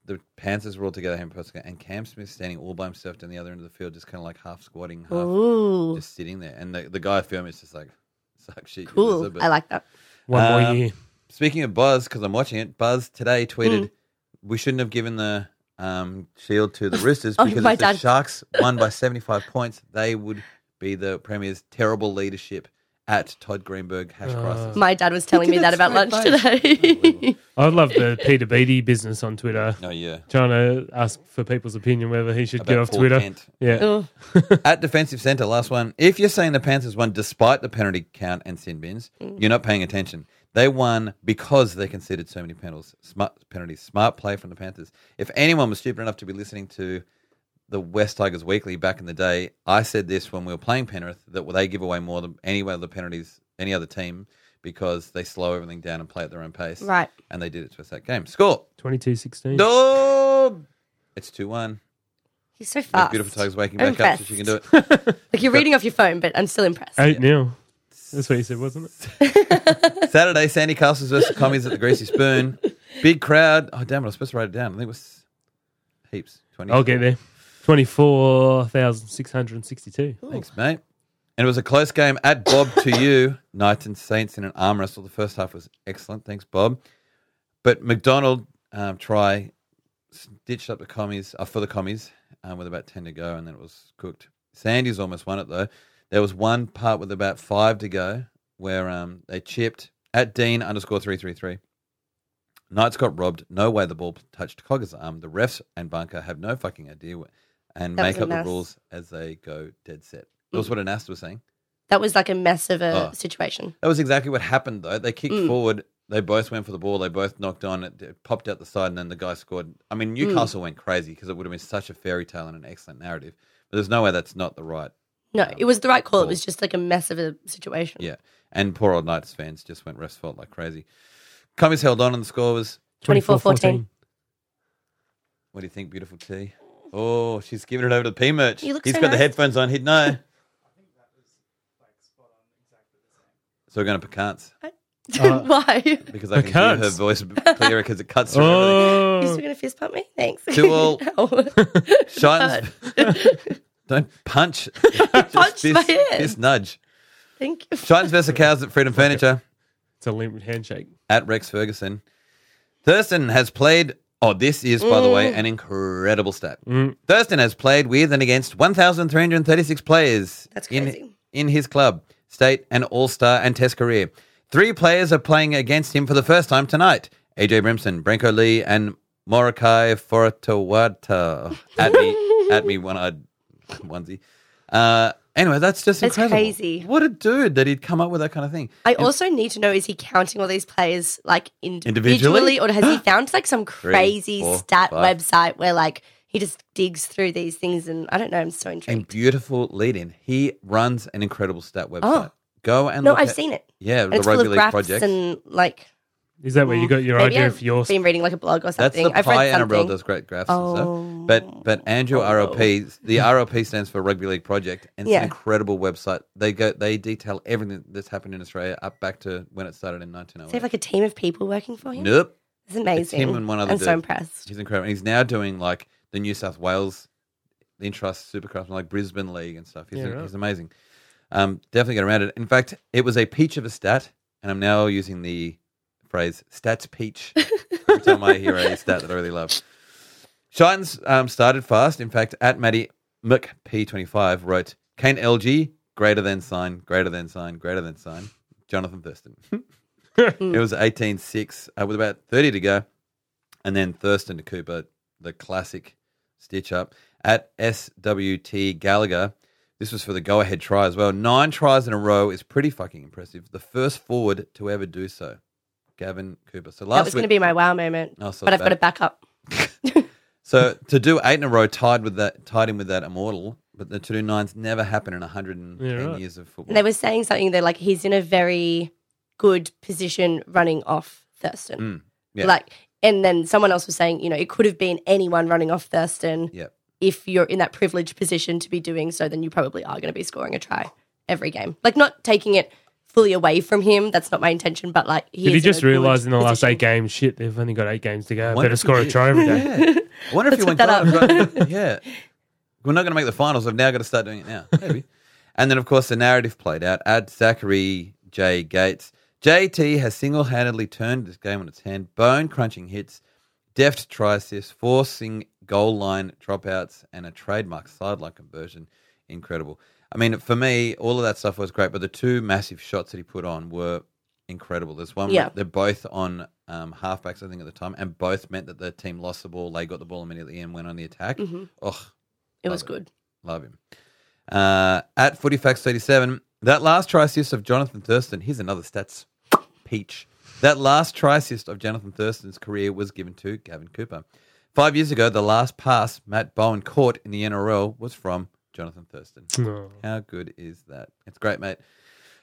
the Panthers were all together having post game. And Cam Smith standing all by himself down the other end of the field, just kind of like half squatting, half
Ooh,
Uh, just sitting there. And the, the guy filming is just like, suck shit. you
cool.
loser," but-
I like that.
One
Um,
more year.
Speaking of Buzz, because I'm watching it, Buzz today tweeted,
Hmm.
"We shouldn't have given the um, shield to the Roosters
Oh,
because
my
if the
dad-
Sharks won by 75 points, they would be the Premier's terrible leadership at Todd Greenberg hash
Uh.
crisis."
My dad was telling me
did
that
it
about lunch
straight
today.
I love the Peter Beattie business on Twitter,
Oh yeah,
trying to ask for people's opinion whether he should
About
get off
Paul
Twitter.
Kent.
Yeah.
Ugh.
at defensive centre, last one. If you're saying the Panthers won despite the penalty count and sin bins, you're not paying attention. They won because they conceded so many penalties. Smart penalties, smart play from the Panthers. If anyone was stupid enough to be listening to the West Tigers Weekly back in the day, I said this when we were playing Penrith that they give away more than any other penalties, any other team, because they slow everything down and play at their own pace.
Right.
And they did it to us that game. Score.
22 16.
No, It's 2 1.
He's so fast.
Beautiful Tigers waking
I'm
back up so she can
impressed.
do it.
Like you're reading off your phone, but I'm still impressed.
Eight nil. That's what you said, wasn't it?
Saturday, Sandy Castles versus Commies at the Greasy Spoon. Big crowd. Oh, damn it. I was supposed to write it down. I think it was heaps. 20.
I'll get there. Twenty four thousand six hundred and sixty two.
Thanks, mate. And it was a close game at Bob to you. Knights and Saints in an arm wrestle. The first half was excellent. Thanks, Bob. But McDonald um, try stitched up the commies uh, for the commies um, with about ten to go, and then it was cooked. Sandy's almost won it though. There was one part with about five to go where um, they chipped at Dean underscore three three three. Knights got robbed. No way the ball touched Cogger's arm. The refs and Bunker have no fucking idea wh- and
That was
make
a
up the
mess. Mm.
rules as they go dead set. That was what Anasta was saying.
That was like a mess of a
Oh.
situation.
That was exactly what happened, though. They
Mm.
kicked forward. They both went for the ball. They both knocked on. It, it popped out the side, and then the guy scored. I mean,
Mm.
Newcastle went crazy because it would have been such a fairy tale and an excellent narrative. But there's no way that's not the right.
No, it was the right call. It
Cool.
was just like a mess of a situation.
Yeah. And poor old Knights fans just went refs fault like crazy. Commies held on, and the score was.
24-14.
What do you think, beautiful T? Oh, she's giving it over to P merch. He's
You look so
got the
nice.
headphones on. He'd know. So we're going to pecans
Why? you
because I can hear
Pecans.
her voice clearer because it cuts through everything.
Oh,
still gonna fist pump me? Thanks. Oh.
Two all.
Ow.
Shines. Don't punch.
Punch my head.
This nudge.
Thank you.
Shines versus cows at Freedom Furniture
it's a limpid handshake.
at Rex Ferguson. Thurston has played. Oh, this is, by the
Mm.
way, an incredible stat. Thurston has played with and against 1,336 players
That's
In,
crazy.
in his club, state, and all star and test career. Three players are playing against him for the first time tonight AJ Brimson, Branko Lee, and Morokai Foratawata. At me, at me, one eyed onesie. Uh, anyway, that's just
That's
incredible.
crazy.
What a dude that he'd come up with that kind of thing.
I also need to know is he counting all these players like
Individually?
individually, or has he found like some
Three,
crazy
four,
stat
five.
website where like he just digs through these things and I don't know, I'm so
and
intrigued.
beautiful lead in. He runs an incredible stat website.
Oh.
Go and
No,
look
I've
at-
seen it.
Yeah,
And
the
it's full
rugby
of
league
graphs
project.
and like
Is that where you got your
Oh. maybe
idea
I've
for your?
been reading like a blog or
That's
something.
the
I've
Pi
read
NRL
something.
does great graphs
Oh.
and stuff. But but Andrew RLP, the RLP stands for Rugby League Project, and it's
Yeah.
an incredible website. They go they detail everything that's happened in Australia up back to when it started in
Does he
1908.
have like a team of people working for him?
Nope,
It's amazing.
him and one other
I'm
dude.
so impressed.
he's incredible. And he's now doing like the New South Wales the Interest Supercross, and, like Brisbane League and stuff. He's,
Yeah, right.
he's amazing. Um, definitely get around it. In fact, it was a peach of a stat, and I'm now using the phrase "stats peach" every time I hear a stat that I really love. Shines um, started fast. In fact, at Maddie mcp 25 wrote Kane LG greater than sign greater than sign greater than sign Jonathan Thurston. it was 18-6 uh, with about 30 to go, and then Thurston to Cooper, the classic stitch up at SWT Gallagher. This was for the go ahead try as well. Nine tries in a row is pretty fucking impressive. The first forward to ever do so, Gavin Cooper. So
That
last
was going to
week,
be my wow moment,
Oh, so
but I've
bad.
got it back up.
so to do eight in a row tied with that, tied in with that immortal, but the to do nines never happen in 110
Yeah, right.
years of football.
And they were saying something that like he's in a very good position running off Thurston.
Mm, yeah.
Like, and then someone else was saying, you know, it could have been anyone running off Thurston.
yeah.
If you're in that privileged position to be doing so, then you probably are going to be scoring a try every game. Like, not taking it fully away from him. That's not my intention. But like, he
Did he
is in a
just
good
realise in the last
position.
eight games, shit, they've only got eight games to go. I
Wonder
better
if
score
he
a
did.
try every day.
Yeah. I wonder if you went
Let's look
that up. yeah. We're not going to make the finals. I've now got to start doing it now. Maybe. and then, of course, the narrative played out. Add Zachary J. Gates. JT has single handedly turned this game on its hand. Bone crunching hits, deft try assists, forcing goal line dropouts, and a trademark sideline conversion. Incredible. I mean, for me, all of that stuff was great, but the two massive shots that he put on were incredible. There's one,
Yeah.
they're both on um, halfbacks, I think, at the time, and both meant that the team lost the ball. They got the ball immediately and went on the attack. Oh,
It was good.
love him. Uh, at Footy Facts 37, that last try assist of Jonathan Thurston, here's another stats peach. That last try assist of Jonathan Thurston's career was given to Gavin Cooper. Five years ago, the last pass Matt Bowen caught in the NRL was from Jonathan Thurston.
No.
How good is that? It's great, mate.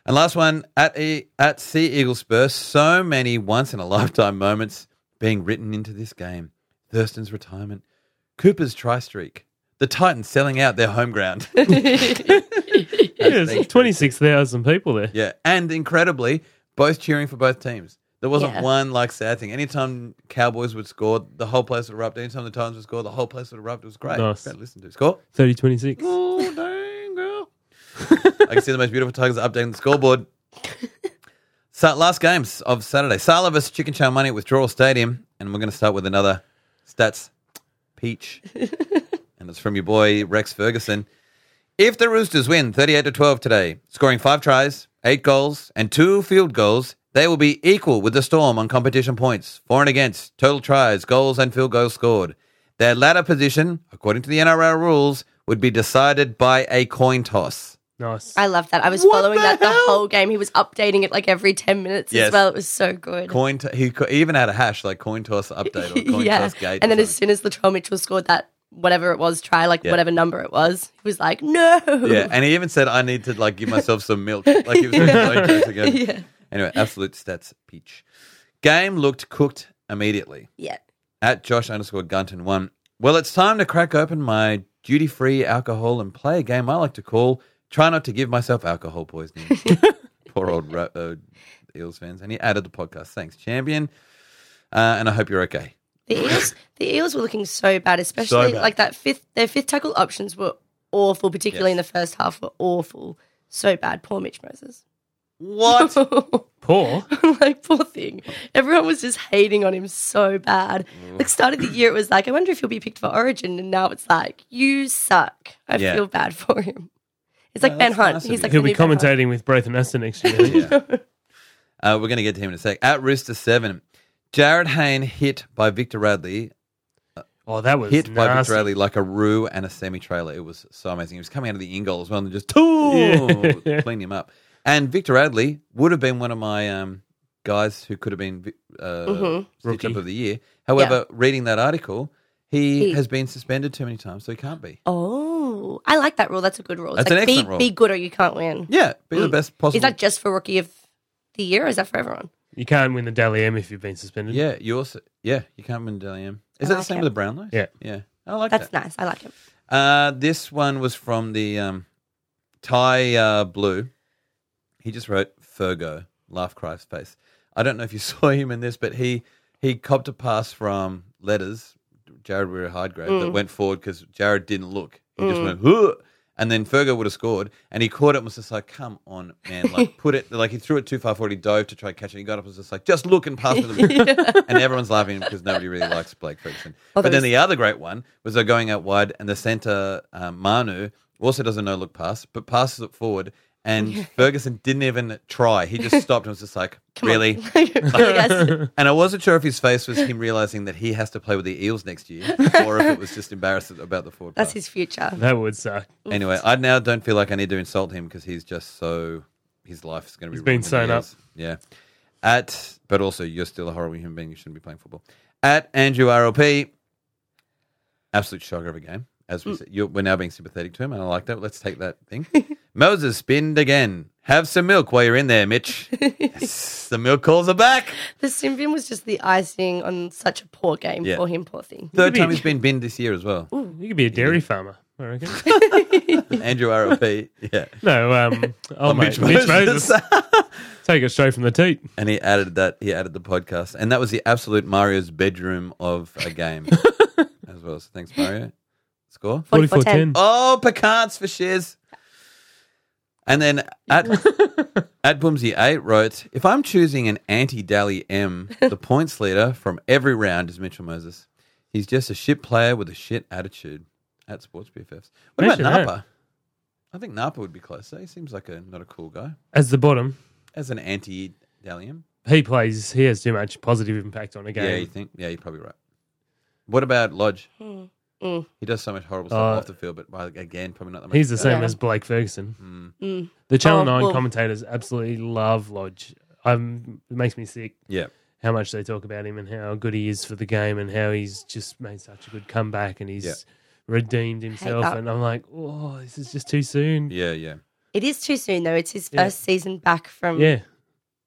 And last one at e, at Sea Eagle Spurs. So many once in a lifetime moments being written into this game. Thurston's retirement, Cooper's try streak. The Titans selling out their home ground.
Yeah, twenty six Oh. thousand people there.
yeah, and incredibly, both cheering for both teams. There wasn't
Yeah.
one like sad thing. Anytime Cowboys would score, the whole place would erupt. Anytime the Titans would score, the whole place would erupt. It was great.
Nice.
Great to listen to. Score.
Thirty twenty six.
Oh, dang, girl. I can see the most beautiful Tigers updating the scoreboard. So, last games of Saturday. Sala versus Chicken Chow Money at Withdrawal Stadium. And we're going to start with another stats peach. and it's from your boy, Rex Ferguson. If the Roosters win 38 to 12 today, scoring five tries, eight goals, and two field goals, they will be equal with the Storm on competition points, for and against, total tries, goals, and field goals scored. Their latter position, according to the NRL rules, would be decided by a coin toss.
Nice.
I love that. I was
What
following
the
that the
hell?
whole game. He was updating it like every 10 minutes
Yes.
as well. It was so good.
Coin to- he co- he even had a hash like coin toss update or coin
yeah.
toss gate.
and
or
then as
something.
soon as Latrell Mitchell scored that, whatever it was, try, like
Yeah.
whatever number it was, he was like, no.
yeah, and he even said, "I need to like give myself some milk." Like he was doing coin toss again.
Yeah.
Anyway, absolute stats peach. Game looked cooked immediately.
Yeah.
at Josh underscore Gunton one. Well, it's time to crack open my duty free alcohol and play a game I like to call Try Not to Give Myself Alcohol Poisoning. Poor old Ro- uh, Eels fans. And he added the podcast. Thanks, champion. Uh, and I hope you're okay.
The Eels, the Eels were looking so bad, especially
bad.
like that fifth. Their fifth tackle options were awful, particularly in the
Yes.
first half. Were awful, so bad. Poor Mitch Moses.
What?
Poor.
like poor thing. Everyone was just hating on him so bad.
Mm.
Like start of the year, it was like, I wonder if he'll be picked for Origin, and now it's like, you suck. I
Yeah.
feel bad for him. It's like
No,
Ben
that's
Hunt.
nice of
He's
you.
like
He'll
the
be
new Ben Hunt.
commentating with Braith and Aston next year.
Yeah. Uh, we're going to get to him in a sec. At Rooster 7, Jared Hayne hit by Victor Radley
Oh, that was
hit by
nasty.
Victor Radley like a roo and a semi trailer. It was so amazing. He was coming out of the in goal as well and just two
Yeah.
clean him up. And Victor Radley would have been one of my um, guys who could have been vi- uh,
Mm-hmm.
stitch
Rookie.
up of the year. However, reading that article, he,
He-
has been suspended too many times, so he can't be.
Oh, I like that rule. That's a good rule. It's
That's an
like, be,
excellent rule.
be good or you can't win.
Yeah, be the best possible.
Mm. Is that just for rookie of the year? Or is that for everyone?
You can't win the Dally M if you've been suspended.
yeah, you also yeah, you can't win Dally M. Is that the
like
same
it.
with the Brownlow?
Yeah.
yeah, I like
That's
that.
nice. I like it.
Uh, this one was from the um, Thai uh, Blue. He just wrote Fergo, laugh cries face. I don't know if you saw him in this, but he he copped a pass from Letters, Jared Weir Hardgrave, that went forward because Jared didn't look. He just went, "Huh," and then Fergo would have scored, and he caught it and was just like, come on, man. Like, put it, like, he threw it too far forward. He dove to try to catch it. He got up and was just like, just look and pass it. to the- and everyone's laughing because nobody really likes Blake Ferguson. but then
there's-
the other great one was they're going out wide, and the centre, um, Manu, also does a no look pass, but passes it forward. And Ferguson didn't even try. He just stopped and was just like, really?
Really, guys?
And I wasn't sure if his face was him realizing that he has to play with the Eels next year, or if it was just embarrassed about the forward.
That's
pass.
his future.
That would suck.
Anyway, I now don't feel like I need to insult him because he's just so his life is going to be
He's been
ruined in
sewn up.
years. Yeah, at but also you're still a horrible human being. You shouldn't be playing football. At Andrew RLP, absolute shocker of a game. As we said, you're, we're now being sympathetic to him, and I like that. Let's take that thing. Moses spinned again. Have some milk while you're in there, Mitch. yes, the milk calls are back.
The Symbian was just the icing on such a poor game
Yeah.
for him, poor thing.
Third
be-
time he's been binned this year as well.
You could be a dairy farmer, I reckon.
Andrew RLP, yeah.
no, um, oh, mate, Mitch Moses. Take it straight from the teat.
And he added that he added the podcast, and that was the absolute Mario's bedroom of a game as well. So thanks, Mario. Score.
4410.
44-10.
Oh, pecans for shiz. And then at at Boomsy Eight wrote, "If I'm choosing an anti-Dally M, the points leader from every round is Mitchell Moses. He's just a shit player with a shit attitude." At Sports BFFs. What
Imagine
about
that.
Napa? I think Napa would be closer. He seems like a not a cool guy
As the bottom,
as an anti-Dally M.
he plays, he has too much positive impact on a
Yeah, you
game.
think? Yeah, you're probably right. What about Lodge?
Mm.
He does so much horrible stuff
Uh,
off the field, but well, again, probably not that much.
He's the
better.
same
Yeah.
as Blake Ferguson.
Mm.
The Channel
Oh,
9
well-
commentators absolutely love Lodge. Um, it makes me sick
Yeah,
how much they talk about him and how good he is for the game and how he's just made such a good comeback and he's
Yeah.
redeemed himself.
that.
And I'm like, oh, this is just too soon.
yeah, yeah.
It is too soon, though. It's his
Yeah.
first season back from.
Yeah.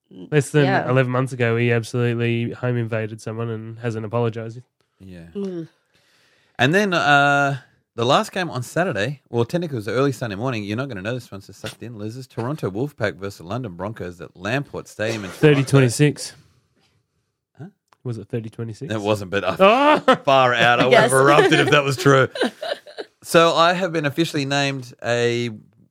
Less than
Yeah.
11 months ago, he absolutely home invaded someone and hasn't apologized.
Yeah.
Mm.
And then uh, the last game on Saturday, well, technically it was early Sunday morning. You're not going to know this one's just sucked in, losers. Toronto Wolfpack versus London Broncos at Lamport Stadium in
30
Toronto.
26. Was it 30 26?
It wasn't, but I
Oh,
far out. I would have
Yes.
erupted if that was true. So I have been officially named a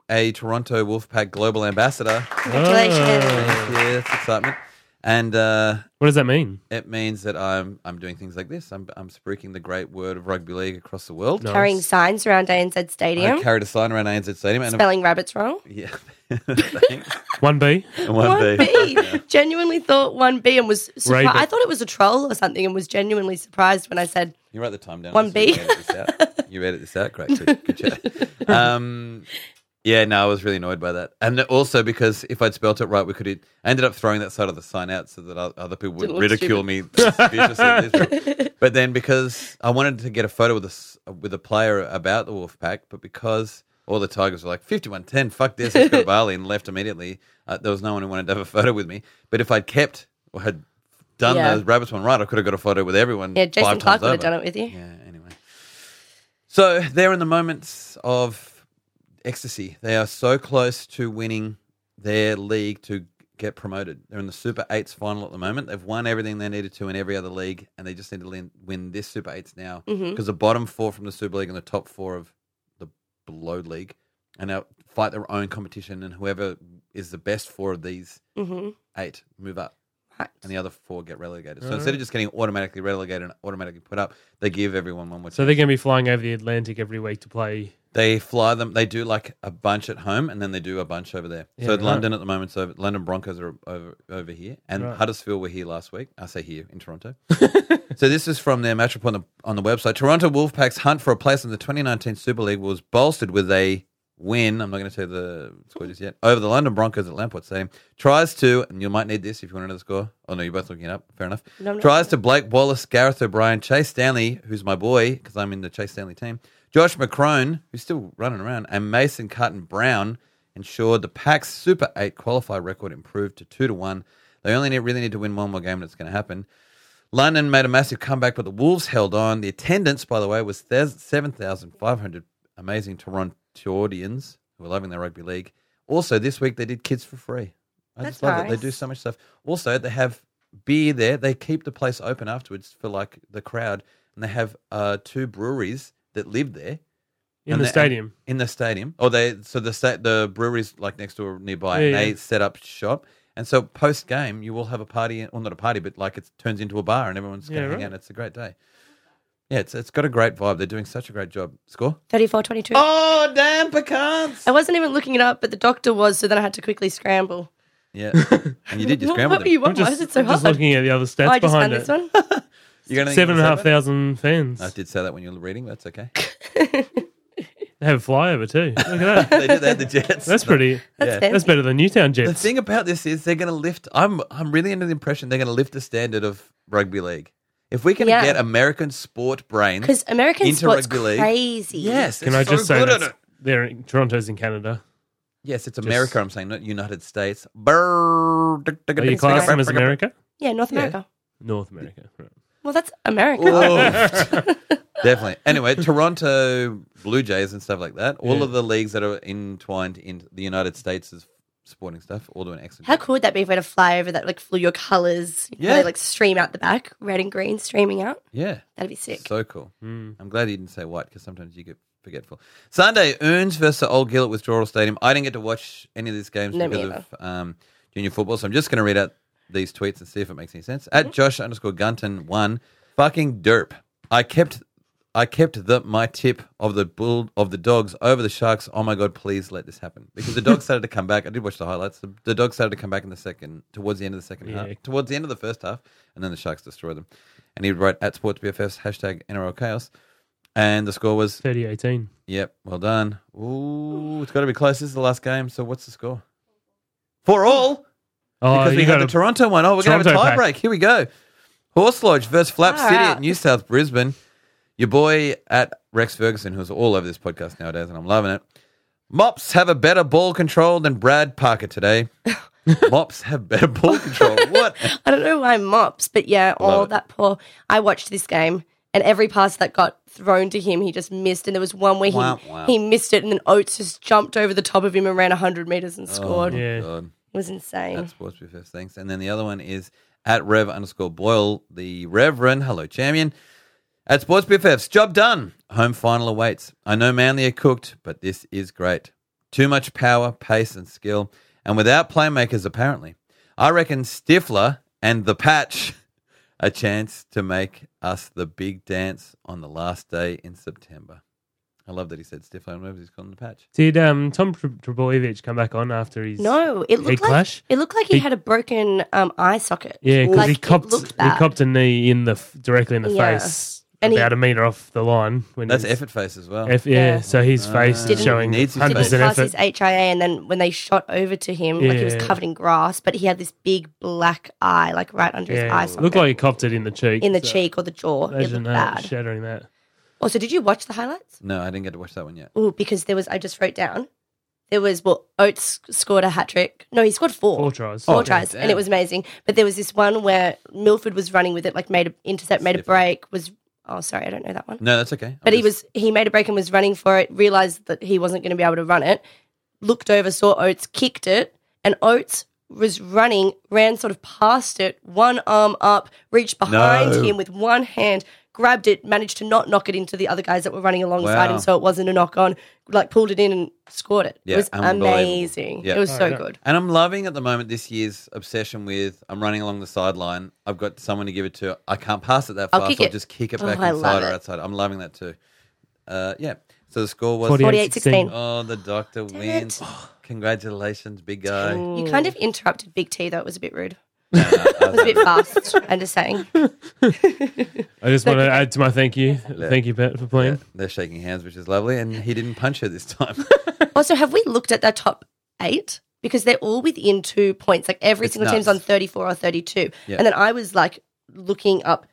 a Toronto Wolfpack global ambassador.
Congratulations.
Thank you. That's excitement. And uh,
what does that mean?
it means that I'm I'm doing things like this. I'm I'm spreading the great word of rugby league across the world.
No.
Carrying signs around ANZ
I
Stadium,
carried a sign around ANZ Stadium and
spelling rabbits wrong.
yeah, thanks.
1B?
And one, B.
One B. Genuinely thought one B and was surprised.
Rabbit.
I thought it was a troll or something, and was genuinely surprised when I said
You write the time down.
One
so you
B.
edit this out. You edit this out. Great. Good, good chat. Um, yeah, no, I was really annoyed by that. And also because if I'd spelt it right, we could have I ended up throwing that side of the sign out so that o- other people would
Didn't look
ridicule me. viciously. but then because I wanted to get a photo with a, s- with a player about the Wolfpack, but because all the Tigers were like 51-10, fuck this, let's go to Bali and left immediately, uh, there was no one who wanted to have a photo with me. But if I'd kept or had done
Yeah.
the rabbits one right, I could have got a photo with everyone.
"Yeah, Jason
five
Clark
times
would have
over.
done it with you."
Yeah, anyway. So they're in the moments of ecstasy. They are so close to winning their league to get promoted. They're in the Super Eights final at the moment. They've won everything they needed to in every other league, and they just need to lin- win this Super Eights now because the bottom four from the Super League and the top four of the below league and now fight their own competition, and whoever is the best four of these
hmm
eight move up
Right.
and the other four get relegated. So instead of just getting automatically relegated and automatically put up, they give everyone one more.
So
So
they're going to be flying over the Atlantic every week to play.
they fly them. They do like a bunch at home, and then they do a bunch over there.
Yeah,
so
right.
London at the moment's over. London Broncos are over over here, and
Right.
Huddersfield were here last week. I say here in Toronto. so this is from their match report on the, on the website. Toronto Wolfpack's hunt for a place in the 2019 Super League was bolstered with a win. I'm not going to tell you the score just yet. Over the London Broncos at Lamport Stadium tries to, and you might need this if you want to know the score. Oh no, you're both looking it up. Fair enough.
No, I'm not.
tries to Blake Wallace, Gareth O'Brien, Chase Stanley, who's my boy because I'm in the Chase Stanley team. Josh McCrone, who's still running around, and Mason Carton Brown ensured the Pack's Super Eight qualifier record improved to two to one. They only need, really need to win one more game, and it's going to happen. London made a massive comeback, but the Wolves held on. The attendance, by the way, was thous- 7,500 amazing Torontoians who were loving their rugby league. Also, this week they did kids for free. I
That's
just love that.
nice.
They do so much stuff. Also, they have beer there. They keep the place open afterwards for like the crowd, and they have uh, two breweries that live there
In
And
the
they-
stadium.
in the stadium. Oh, they so the sta- the breweries like next door nearby,
Yeah,
and
yeah.
they set up shop. And so post game, you will have a party, well not a party, but like it turns into a bar, and everyone's going
Yeah,
to hang
right.
out. It's a great day. Yeah, it's it's got a great vibe. They're doing such a great job. Score.
34 22.
Oh damn, pecans.
I wasn't even looking it up, but the doctor was, so then I had to quickly scramble.
Yeah, and you did just
What,
scramble.
what
them.
were you on? Why
just,
is it so
I'm
hard?
just looking at the other stats
Oh, I just found
behind it.
this one.
You got anything
Seven and a
to
half
say about
thousand fans.
it? I did say that when you were reading. That's okay.
They have a flyover too. Look at that.
they did. They had the Jets.
That's pretty.
Yeah.
fancy.
That's better than Newtown
The
Jets.
thing about this is they're going to lift. I'm I'm really under the impression they're going to lift the standard of rugby league. If we can
Yeah.
get American sport brains,
Because American
Into
sports
rugby league.
crazy.
yes,
Can
it's
I
so
just say
good at
that's,
it.
they're in, Toronto's in Canada?
yes, it's America. I'm saying not United States. Brrr, dick, dick,
Are you
dick,
class
dick,
them as
dick,
America?
Yeah, North
Yeah.
America.
North America. Right.
Well, that's America.
Ooh. Definitely. Anyway, Toronto Blue Jays and stuff like that. All
Yeah.
of the leagues that are entwined in the United States is sporting stuff. All doing excellent.
How
job.
cool would that be if we had a flyover that like flew your colours?
Yeah.
Yeah. They like stream out the back, red and green streaming out.
Yeah.
That'd be sick.
So cool. I'm glad you didn't say white because sometimes you get forgetful. Sunday, Urns versus Old Gillett Withdrawal Stadium. I didn't get to watch any of these games
No, me
because of um, junior football, so I'm just going to read out these tweets and see if it makes any sense. At Josh underscore Gunton one, fucking derp. I kept. I kept the, my tip of the bull of the dogs over the sharks. Oh my god! Please let this happen because the dogs started to come back. I did watch the highlights. The, the dogs started to come back in the second, towards the end of the second
Yeah.
half, towards the end of the first half, and then the sharks destroyed them. And he would write at Sports BFFs hashtag NRL Chaos. And the score was,
30 18.
yep, well done. Ooh, it's got to be close. This is the last game. So what's the score? For all,
Oh,
because we
you
got
got
the
a-
Toronto one. Oh, we're going to have a
Toronto pack.
tiebreak. Here we go. Horse Lodge versus Flap
Far
City at
out.
New South Brisbane. Your boy at Rex Ferguson, who's all over this podcast nowadays, and I'm loving it. Mops have a better ball control than Brad Parker today. Mops have better ball control. What?
I don't know why mops, but yeah, all
it.
that poor. I watched this game and every pass that got thrown to him, he just missed. And there was one where he,
Wow, wow.
he missed it, and then Oates just jumped over the top of him and ran 100 meters
Oh.
and scored.
Yeah.
God.
It was insane.
At Sports Buffet thanks. And then the other one is at Rev underscore Boyle, the Reverend. Hello, champion. At Sports BFFs, job done. Home final awaits. I know Manly are cooked, but this is great. Too much power, pace, and skill, and without playmakers, apparently. I reckon Stifler and the Patch a chance to make us the big dance on the last day in September. I love that he said Stifler and whatever he's calling the Patch.
Did um, Tom Tr- Trbojevic come back on after his
no, it looked like
head clash?
it looked like he,
He-
had a broken um, eye socket.
Yeah, because
Like,
he
it
copped
looked
he
bad.
copped a knee in the f- directly in the
Yeah.
face,
And he-
about a meter off the line. When
That's
he's-
effort face as well.
F- yeah,
Yeah.
so his face
Didn't-
is showing
Needs his
hundred
didn't
face.
percent
pass
effort.
his HIA, and then when they shot over to him, like he was
Yeah.
covered in grass, but he had this big black eye, like right under his
yeah,
eye
looked
socket,
like he copped it in the cheek.
in the
so
cheek or the jaw. It
Imagine
looked
that
bad.
shattering that.
Also, did you watch the highlights?
No, I didn't get to watch that one yet.
Oh, because there was I just wrote down. There was well, Oates scored a hat trick. No, he scored four.
Four tries.
Four
Oh,
tries,
damn.
and it was amazing. But there was this one where Milford was running with it, like made an intercept, made a break. Was oh, sorry, I don't know that one.
No, that's okay.
But
I'm
he
just-
was he made a break and was running for it, realized that he wasn't going to be able to run it, looked over, saw Oates, kicked it, and Oates was running, ran sort of past it, one arm up, reached behind
No.
him with one hand, grabbed it, managed to not knock it into the other guys that were running alongside
Wow.
him, so it wasn't a knock on, like pulled it in and scored it.
Yeah,
it was
unbelievable.
amazing.
Yeah.
It was
Oh,
so
yeah.
good.
And I'm loving at the moment this year's obsession with I'm running along the sideline. I've got someone to give it to. I can't pass it that
I'll
fast.
kick
I'll
it.
just kick it
Oh,
back
I love
inside or
it.
outside. I'm loving that too. Uh, yeah. So the score was
48.
48 16.
Oh, the doctor wins. Congratulations, big guy.
You kind of interrupted Big T, though. It was a bit rude.
No, no, I
It was a bit fast. I'm just saying.
I just want to add to my thank you, thank you, Pat, for playing.
They're shaking hands, which is lovely. And he didn't punch her this time.
Also, have we looked at their top eight? Because they're all within two points. Like every
It's
single team's
nuts.
on 34 or 32.
Yeah.
And then I was like looking up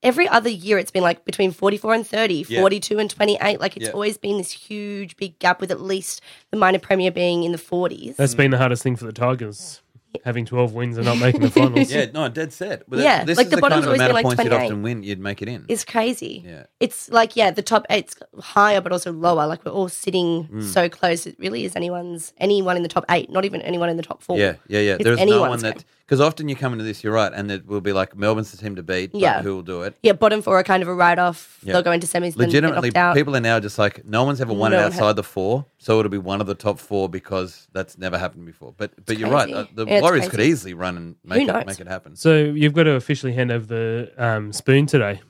every other year, it's been like between 44 and 30,
Yeah.
42 and 28. Like it's
Yeah.
always been this huge, big gap with at least the minor premier being in the 40s.
That's been
Mm.
the hardest thing for the Tigers, having twelve wins and not making the finals.
yeah, no, dead set. But
Yeah,
this
like
is
the
the, kind
bottom's
of
always
amount of
been like
points you'd
28.
often win, you'd make it in.
It's crazy.
Yeah.
It's like, yeah, the top eight's higher, but also lower. Like we're all sitting
Mm.
so close. It really is anyone's, anyone in the top eight, not even anyone in the top four.
Yeah, yeah, yeah.
It's
There's no
anyone's
one that
game.
because often you come into this, you're right, and it will be like Melbourne's the team to beat. but
Yeah.
who will do it?
Yeah, bottom four are kind of a write off.
Yeah.
They'll go into semis, then get
legitimately
knocked out.
people are now just like no one's ever won
No
it
one has.
outside the four so it'll be one of the top four because that's never happened before but but you're right
crazy.
uh, the
Yeah, it's
warriors could
crazy.
easily run and make
knows?
it, make it happen
So you've got to officially hand over the um, spoon today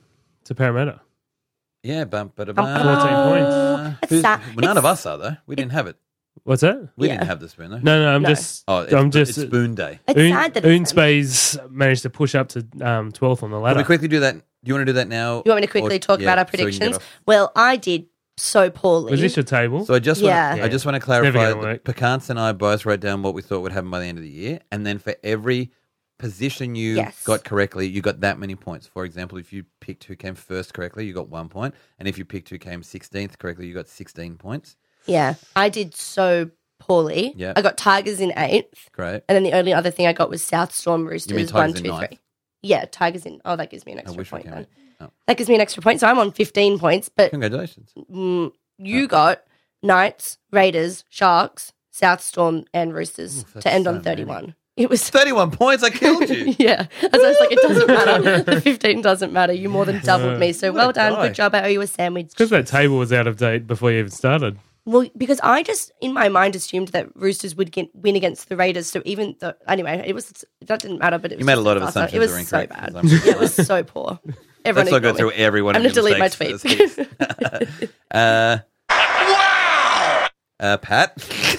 to Parramatta.
yeah bump but
Fourteen points.
That's sad.
none of
Oh,
us
It's-
are though we didn't have it
What's that?
we
Yeah.
didn't have the spoon though
No, no, I'm
No.
just,
oh it's,
I'm just.
it's spoon day
It's
Un-
sad that it's them.
Unspace managed to push up to um, 12th on the
can
ladder.
we quickly do that do you want to do that now
You want me to quickly
Or-
talk
yeah,
about our
so we can get
predictions?
off.
well, I did so poorly.
Was this your table?
So I just
Yeah.
want
Yeah.
I just want to
never
clarify.
gonna
that
work.
Picance and I both wrote down what we thought would happen by the end of the year, and then for every position you
Yes.
got correctly, you got that many points. For example, if you picked who came first correctly, you got one point, and if you picked who came sixteenth correctly, you got sixteen points.
yeah, I did so poorly.
Yeah.
I got Tigers in eighth,
Great.
and then the only other thing I got was South Storm Roosters.
You mean
one,
Tigers
two,
in
three.
ninth?
Yeah, Tigers in. Oh, that gives me an
I
extra
wish we
point.
came.
Then.
in. Oh,
That gives me an extra point. So I'm on 15 points, but
congratulations.
mm,
oh.
you got Knights, Raiders, Sharks, South Storm, and Roosters
that's
to end
so
on
many.
31. It was
Thirty-one points. I killed you.
yeah. And so I was like, it doesn't matter. The 15 doesn't matter. You more than doubled me. So
What
well
a
done.
guy.
Good job. I owe you a sandwich.
Because that table was out of date before you even started.
Well, because I just, in my mind, assumed that Roosters would get, win against the Raiders. So even though, anyway, it was, that didn't matter, but it was.
You made a
just
lot of
disaster.
assumptions.
It
that
was
were incorrect.
so bad.
I'm-
yeah, it was so poor.
Let's
Everyone
not go
ignore
through
me.
every one.
I'm
going
gonna
to
delete my
tweet. uh, wow. Uh, Pat.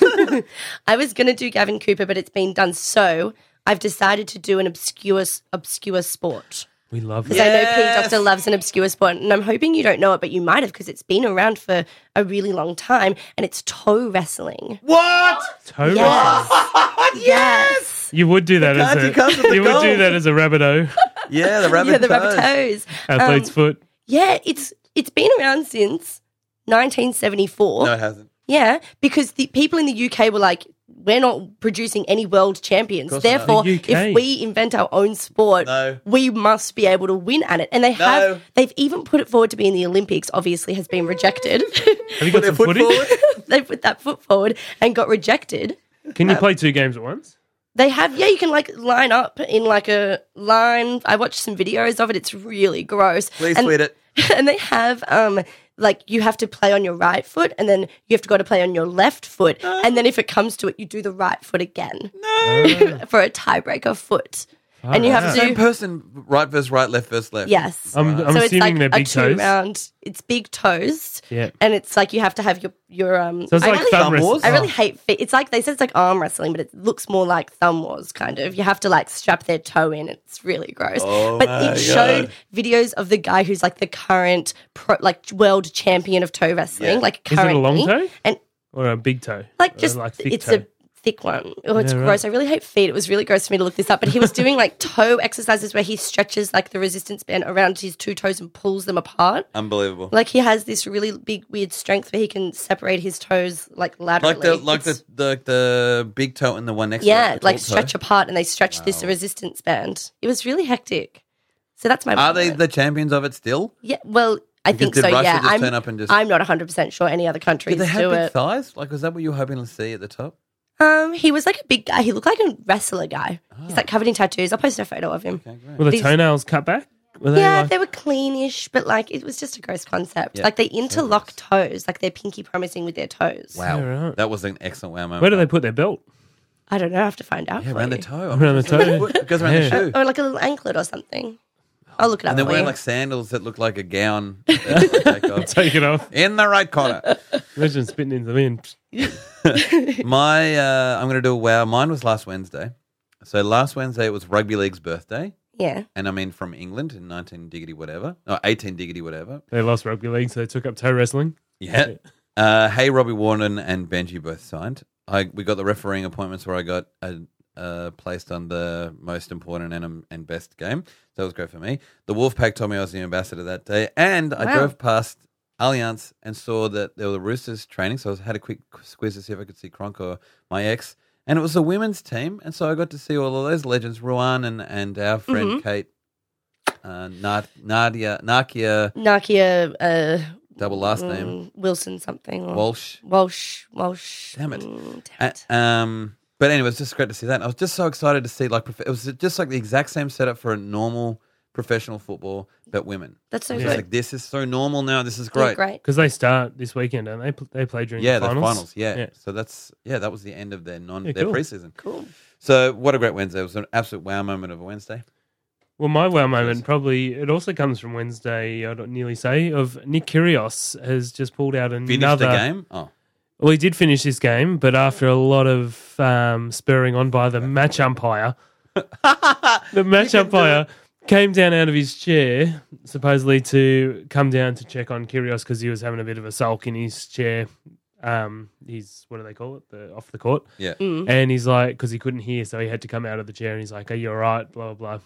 I was going to do Gavin Cooper, but it's been done. So I've decided to do an obscure, obscure sport.
We love
because
that.
I know P
Yes.
Doctor loves an obscure sport, and I'm hoping you don't know it, but you might have because it's been around for a really long time, and it's toe wrestling.
What?
Toe wrestling.
Yes, yes,
You would do that as
Can't
a
you come to the
you would
goal?
do that as a rabbito
Yeah, the rabbit
yeah, the
toes.
rubber toes.
athlete's
Um,
foot.
yeah, it's it's been around since 1974.
No, it hasn't.
Yeah, because the people in the UK were like, "We're we're not producing any world champions.
course not.
Therefore,
The UK.
if we invent our own sport,
No.
we must be able to win at it. And they have. They've even put it forward to be in the Olympics. Obviously, has been rejected.
Have you got some footage?
they put that foot forward and got rejected.
Can
uh,
you play two games at once?
They have, yeah, you can like line up in like a line. I watched some videos of it. It's really gross.
Please
and,
tweet it.
And they have, um, like you have to play on your right foot, and then you have to go to play on your left foot, and then if it comes to it, you do the right foot again for a tiebreaker foot, and you have
Same
to.
person, right versus right, left versus left.
Yes.
I'm, I'm
so it's
assuming
like
they're
a
big
two
toes.
round. It's big toes.
Yeah.
And it's like you have to have your your um.
So it's
I
like
really-
thumb
Thumb wars?
wrestling.
I really hate feet. It's like they said it's like arm wrestling, but it looks more like thumb wars kind of. You have to like strap their toe in. It's really gross.
Oh
but it showed videos of the guy who's like the current pro, like world champion of toe wrestling. Like
Is it a
currently.
long toe?
And
or a big toe.
like
Or
just
thick
it's
toe.
a thick one. Oh, it's
Yeah, right.
gross. I really hate feet. It was really gross for me to look this up. But he was doing like toe exercises where he stretches like the resistance band around his two toes and pulls them apart.
Unbelievable.
Like he has this really big weird strength where he can separate his toes like laterally.
Like the like
It's-
the, the the big toe and the one next
yeah,
to it. the
like
tall
stretch
toe.
apart and they stretch this resistance band. It was really hectic. So that's my
Are they
moment.
the champions of it still?
Yeah, well, I think
did
so.
Russia
yeah,
just
I'm,
turn up and just-
I'm not 100 percent sure any other countries
Did they have
do
big
it.
thighs? Like, was that what you were hoping to see at the top?
Um, he was like a big guy. He looked like a wrestler guy. He's
Ah.
like covered in tattoos. I'll post a photo of him.
Were the
these-
toenails cut back? Were they
Yeah,
like,
they were cleanish, but like it was just a gross concept. Like they interlock toes, like they're pinky promising with their toes.
Wow,
Yeah, right.
that was an excellent wow moment.
where do they put their belt?
I don't know. I have to find out.
Yeah,
for
around the
you.
toe.
Around the toe.
It goes around
Yeah.
the shoe.
or like a little anklet or something. I'll look it up.
And they're
for
wearing
you.
like sandals that look like a gown. that they take off.
Take it off.
In the right corner.
Imagine spitting into them in.
My, uh, I'm going to do a wow. Mine was last Wednesday. So last Wednesday it was rugby league's birthday,
yeah.
and I mean from England in 19 diggity whatever, no 18 diggity whatever.
They lost rugby league, so they took up toe wrestling.
Yeah. Uh, hey, Robbie Warren and Benji both signed. I we got the refereeing appointments where I got a, uh, placed on the most important and um, and best game. So that was great for me. The Wolfpack told me I was the ambassador that day, and I
Wow.
drove past Allianz and saw that there were the Roosters training. So I was- had a quick squeeze to see if I could see Kronk or my ex, and it was the women's team, and so I got to see all of those legends, Ruan and and our friend Kate. Uh, Nad- Nadia, Nakia,
Nakia uh,
double last name,
mm, Wilson something. Or
Walsh.
Walsh. Walsh.
Damn it.
Mm, damn
Uh,
it.
um, but anyway, it was just great to see that. And I was just so excited to see like prof- it was just like the exact same setup for a normal professional football, but women.
That's so
It's
good.
like this is so normal now. This is
Great.
great.
great.
Because they start this weekend, and they Pl- they play during
Yeah,
the
the
finals.
finals. Yeah. So that's yeah, that was the end of their non
Yeah,
their
cool.
preseason.
Cool.
So what a great Wednesday! It was an absolute wow moment of a Wednesday.
Well, my wow moment probably it also comes from Wednesday. I'd nearly say of Nick Kyrgios has just pulled out another
Finished the game. Oh,
Well, he did finish this game, but after a lot of um, spurring on by the match umpire, the match umpire came down out of his chair, supposedly to come down to check on Kyrgios because he was having a bit of a sulk in his chair. Um, he's what do they call it? The off the court.
yeah.
Mm,
And he's like, because he couldn't hear, so he had to come out of the chair and he's like, Are you all right? Blah, blah, blah.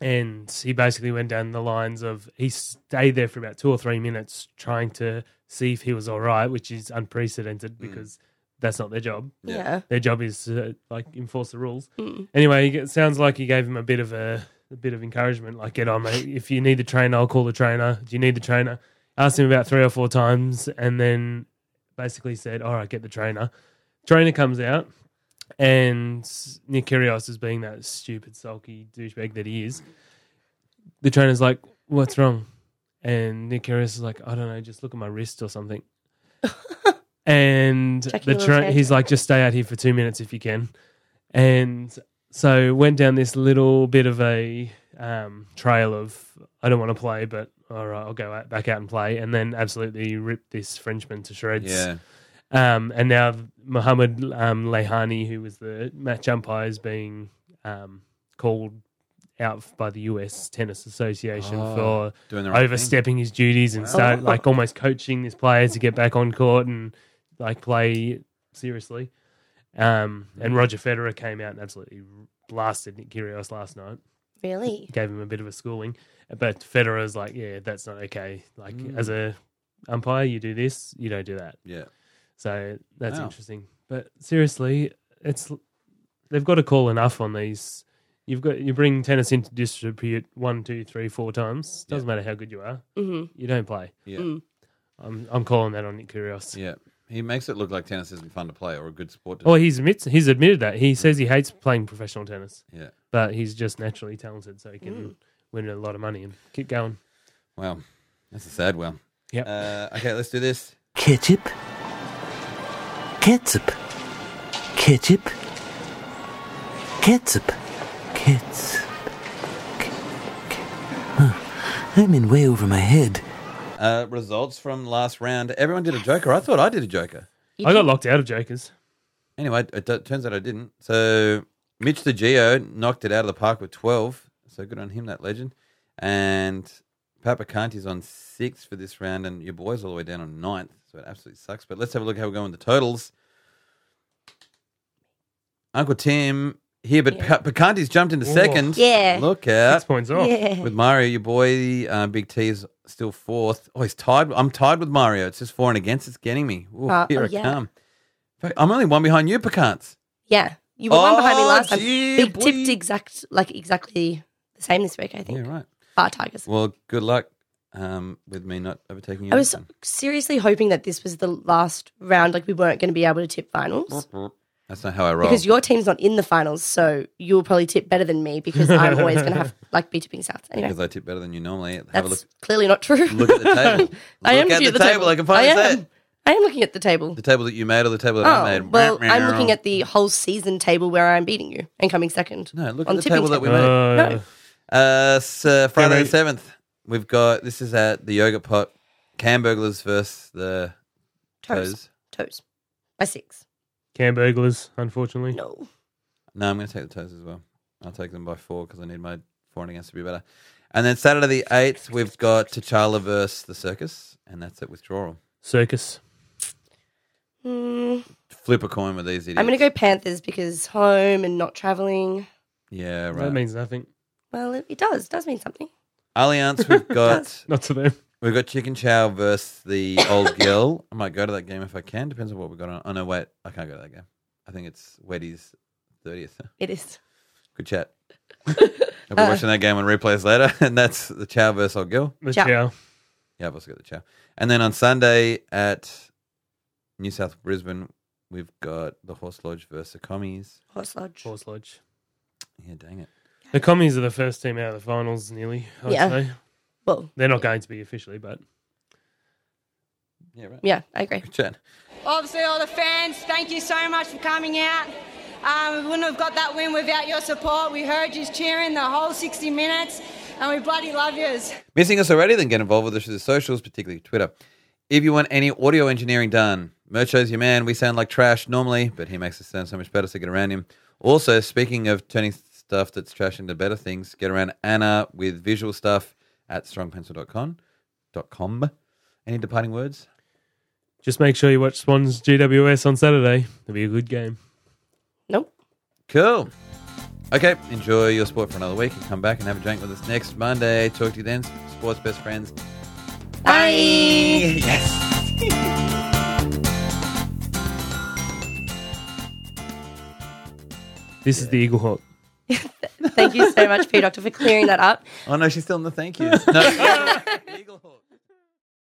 And he basically went down the lines of he stayed there for about two or three minutes trying to see if he was all right, which is unprecedented because that's not their job.
Yeah.
Their job is to like enforce the rules. Anyway, it sounds like he gave him a bit of a, a bit of encouragement, like get on, mate. If you need the trainer, I'll call the trainer. Do you need the trainer? Asked him about three or four times, and then basically said, "All right, get the trainer." Trainer comes out, and Nick Kyrgios is being that stupid sulky douchebag that he is. The trainer's like, "What's wrong?" And Nick Kyrgios is like, "I don't know, just look at my wrist or something." and
Checking
the
your
tra-
wrist.
he's like, "Just stay out here for two minutes if you can." And so went down this little bit of a um, trail of I don't want to play, but all right, I'll go out, back out and play, and then absolutely ripped this Frenchman to shreds.
Yeah.
Um, and now Mohammed um, Lehani, who was the match umpire, is being um, called out by the U.S. Tennis Association
Oh,
for
doing the right thing.
overstepping his duties and start like almost coaching this player to get back on court and like play seriously. Um, and Roger Federer came out and absolutely blasted Nick Kyrgios last night
Really?
gave him a bit of a schooling. But Federer's like, yeah, that's not okay. Like
Mm.
as a umpire, you do this, you don't do that.
Yeah.
So that's
Wow.
interesting. But seriously, it's they've got to call enough on these. You've got you bring tennis in to distribute one, two, three, four times. Doesn't matter how good you are, mm-hmm. you don't play.
Yeah.
Mm.
I'm I'm calling that on Nick Kyrgios.
Yeah. He makes it look like tennis isn't fun to play or a good sport to
Oh, he's admits he's admitted that he says he hates playing professional tennis,
Yeah.
but he's just naturally talented, so he can win a lot of money and keep going.
Wow. That's a sad one.
Yep.
Uh, okay, let's do this.
Ketchup. Ketchup. Ketchup. Ketchup. Ketchup. Oh, I'm in way over my head.
Uh, results from last round. Everyone did a joker. I thought I did a joker.
I got locked out of Jokers.
Anyway, it d- turns out I didn't. So Mitch the Geo knocked it out of the park with 12. So good on him, that legend. And Papakanti's on six for this round, and your boy's all the way down on ninth. So it absolutely sucks. But let's have a look how we're going with the totals. Uncle Tim here, but yeah. Pacanti's jumped into second.
Yeah.
Look out.
Six points off.
With Mario, your boy, uh, Big T is still fourth. Oh, he's tied. I'm tied with Mario. It's just for and against. It's getting me. Ooh,
Uh,
here
oh,
I
yeah.
come. In fact, I'm only one behind you, Pecans.
Yeah. You were one behind me
Oh,
last time.
gee,
We
boy.
tipped exact like exactly the same this week, I think.
Yeah, right.
Bar Tigers.
Well, good luck um, with me not overtaking you.
I
this
was seriously hoping that this was the last round, like we weren't going to be able to tip finals.
time. That's not how I roll.
Because your team's not in the finals, so you'll probably tip better than me because I'm always going to have like be tipping South. Anyway,
Because I tip better than you normally. Have a look.
that's clearly not true.
Look at the table. look
I am
at
looking
the,
at the
table.
table.
I can finally
I
say
am.
it.
I am looking at the table.
The table that you made or the table that
Oh,
I made.
well, I'm looking at the whole season table where I'm beating you and coming second.
No, look
on
at the
tipping
table that we
table.
made.
Uh,
Uh, so Friday
we-
the seventh, we've got this is at the yogurt pot. Camburglers versus the
Toes.
toes.
Toes. By six.
Cam burglars, unfortunately.
No.
No, I'm going to take the toes as well. I'll take them by four because I need my four and against to be better. And then Saturday the eighth, we've got T'Challa versus the circus, and that's at withdrawal.
Circus.
Mm,
Flip a coin with these idiots.
I'm going to go Panthers because home and not traveling.
Yeah,
That
right.
means nothing.
Well, it, it does. It does mean something.
Alliance, we've got
Not to them.
we've got Chicken Chow versus the Old Gill. I might go to that game if I can. Depends on what we've got on. Oh no, wait, I can't go to that game. I think it's Weddy's thirtieth.
It is.
Good chat. I'll be watching that game on replays later, and that's the Chow versus Old Gill.
The
Ciao.
chow.
Yeah, I've also got the Chow. And then on Sunday at New South Brisbane, we've got the Horse Lodge versus the Commies.
Horse Lodge.
Horse Lodge.
Yeah, dang it.
The commies are the first team out of the finals, nearly. I'd
Yeah.
say.
Well,
They're not going to be officially, but
Yeah, right.
yeah, I agree.
Good chat.
Obviously, all the fans, thank you so much for coming out. Um, we wouldn't have got that win without your support. We heard you cheering the whole 60 minutes, and we bloody love yous.
Missing us already? Then get involved with us through the socials, particularly Twitter. If you want any audio engineering done, Mercho's your man. We sound like trash normally, but he makes us sound so much better, so get around him. Also, speaking of turning stuff that's trash into better things, get around Anna with visual stuff at strongpencil.com. Dot com. Any departing words?
just make sure you watch Swans GWS on Saturday. It'll be a good game.
Nope.
Cool. Okay, enjoy your sport for another week and come back and have a drink with us next Monday. Talk to you then, sports best friends.
Bye.
This is the Eagle Hawk.
Thank you so much, P Doctor, for clearing that up.
Oh no, she's still in the thank yous. No.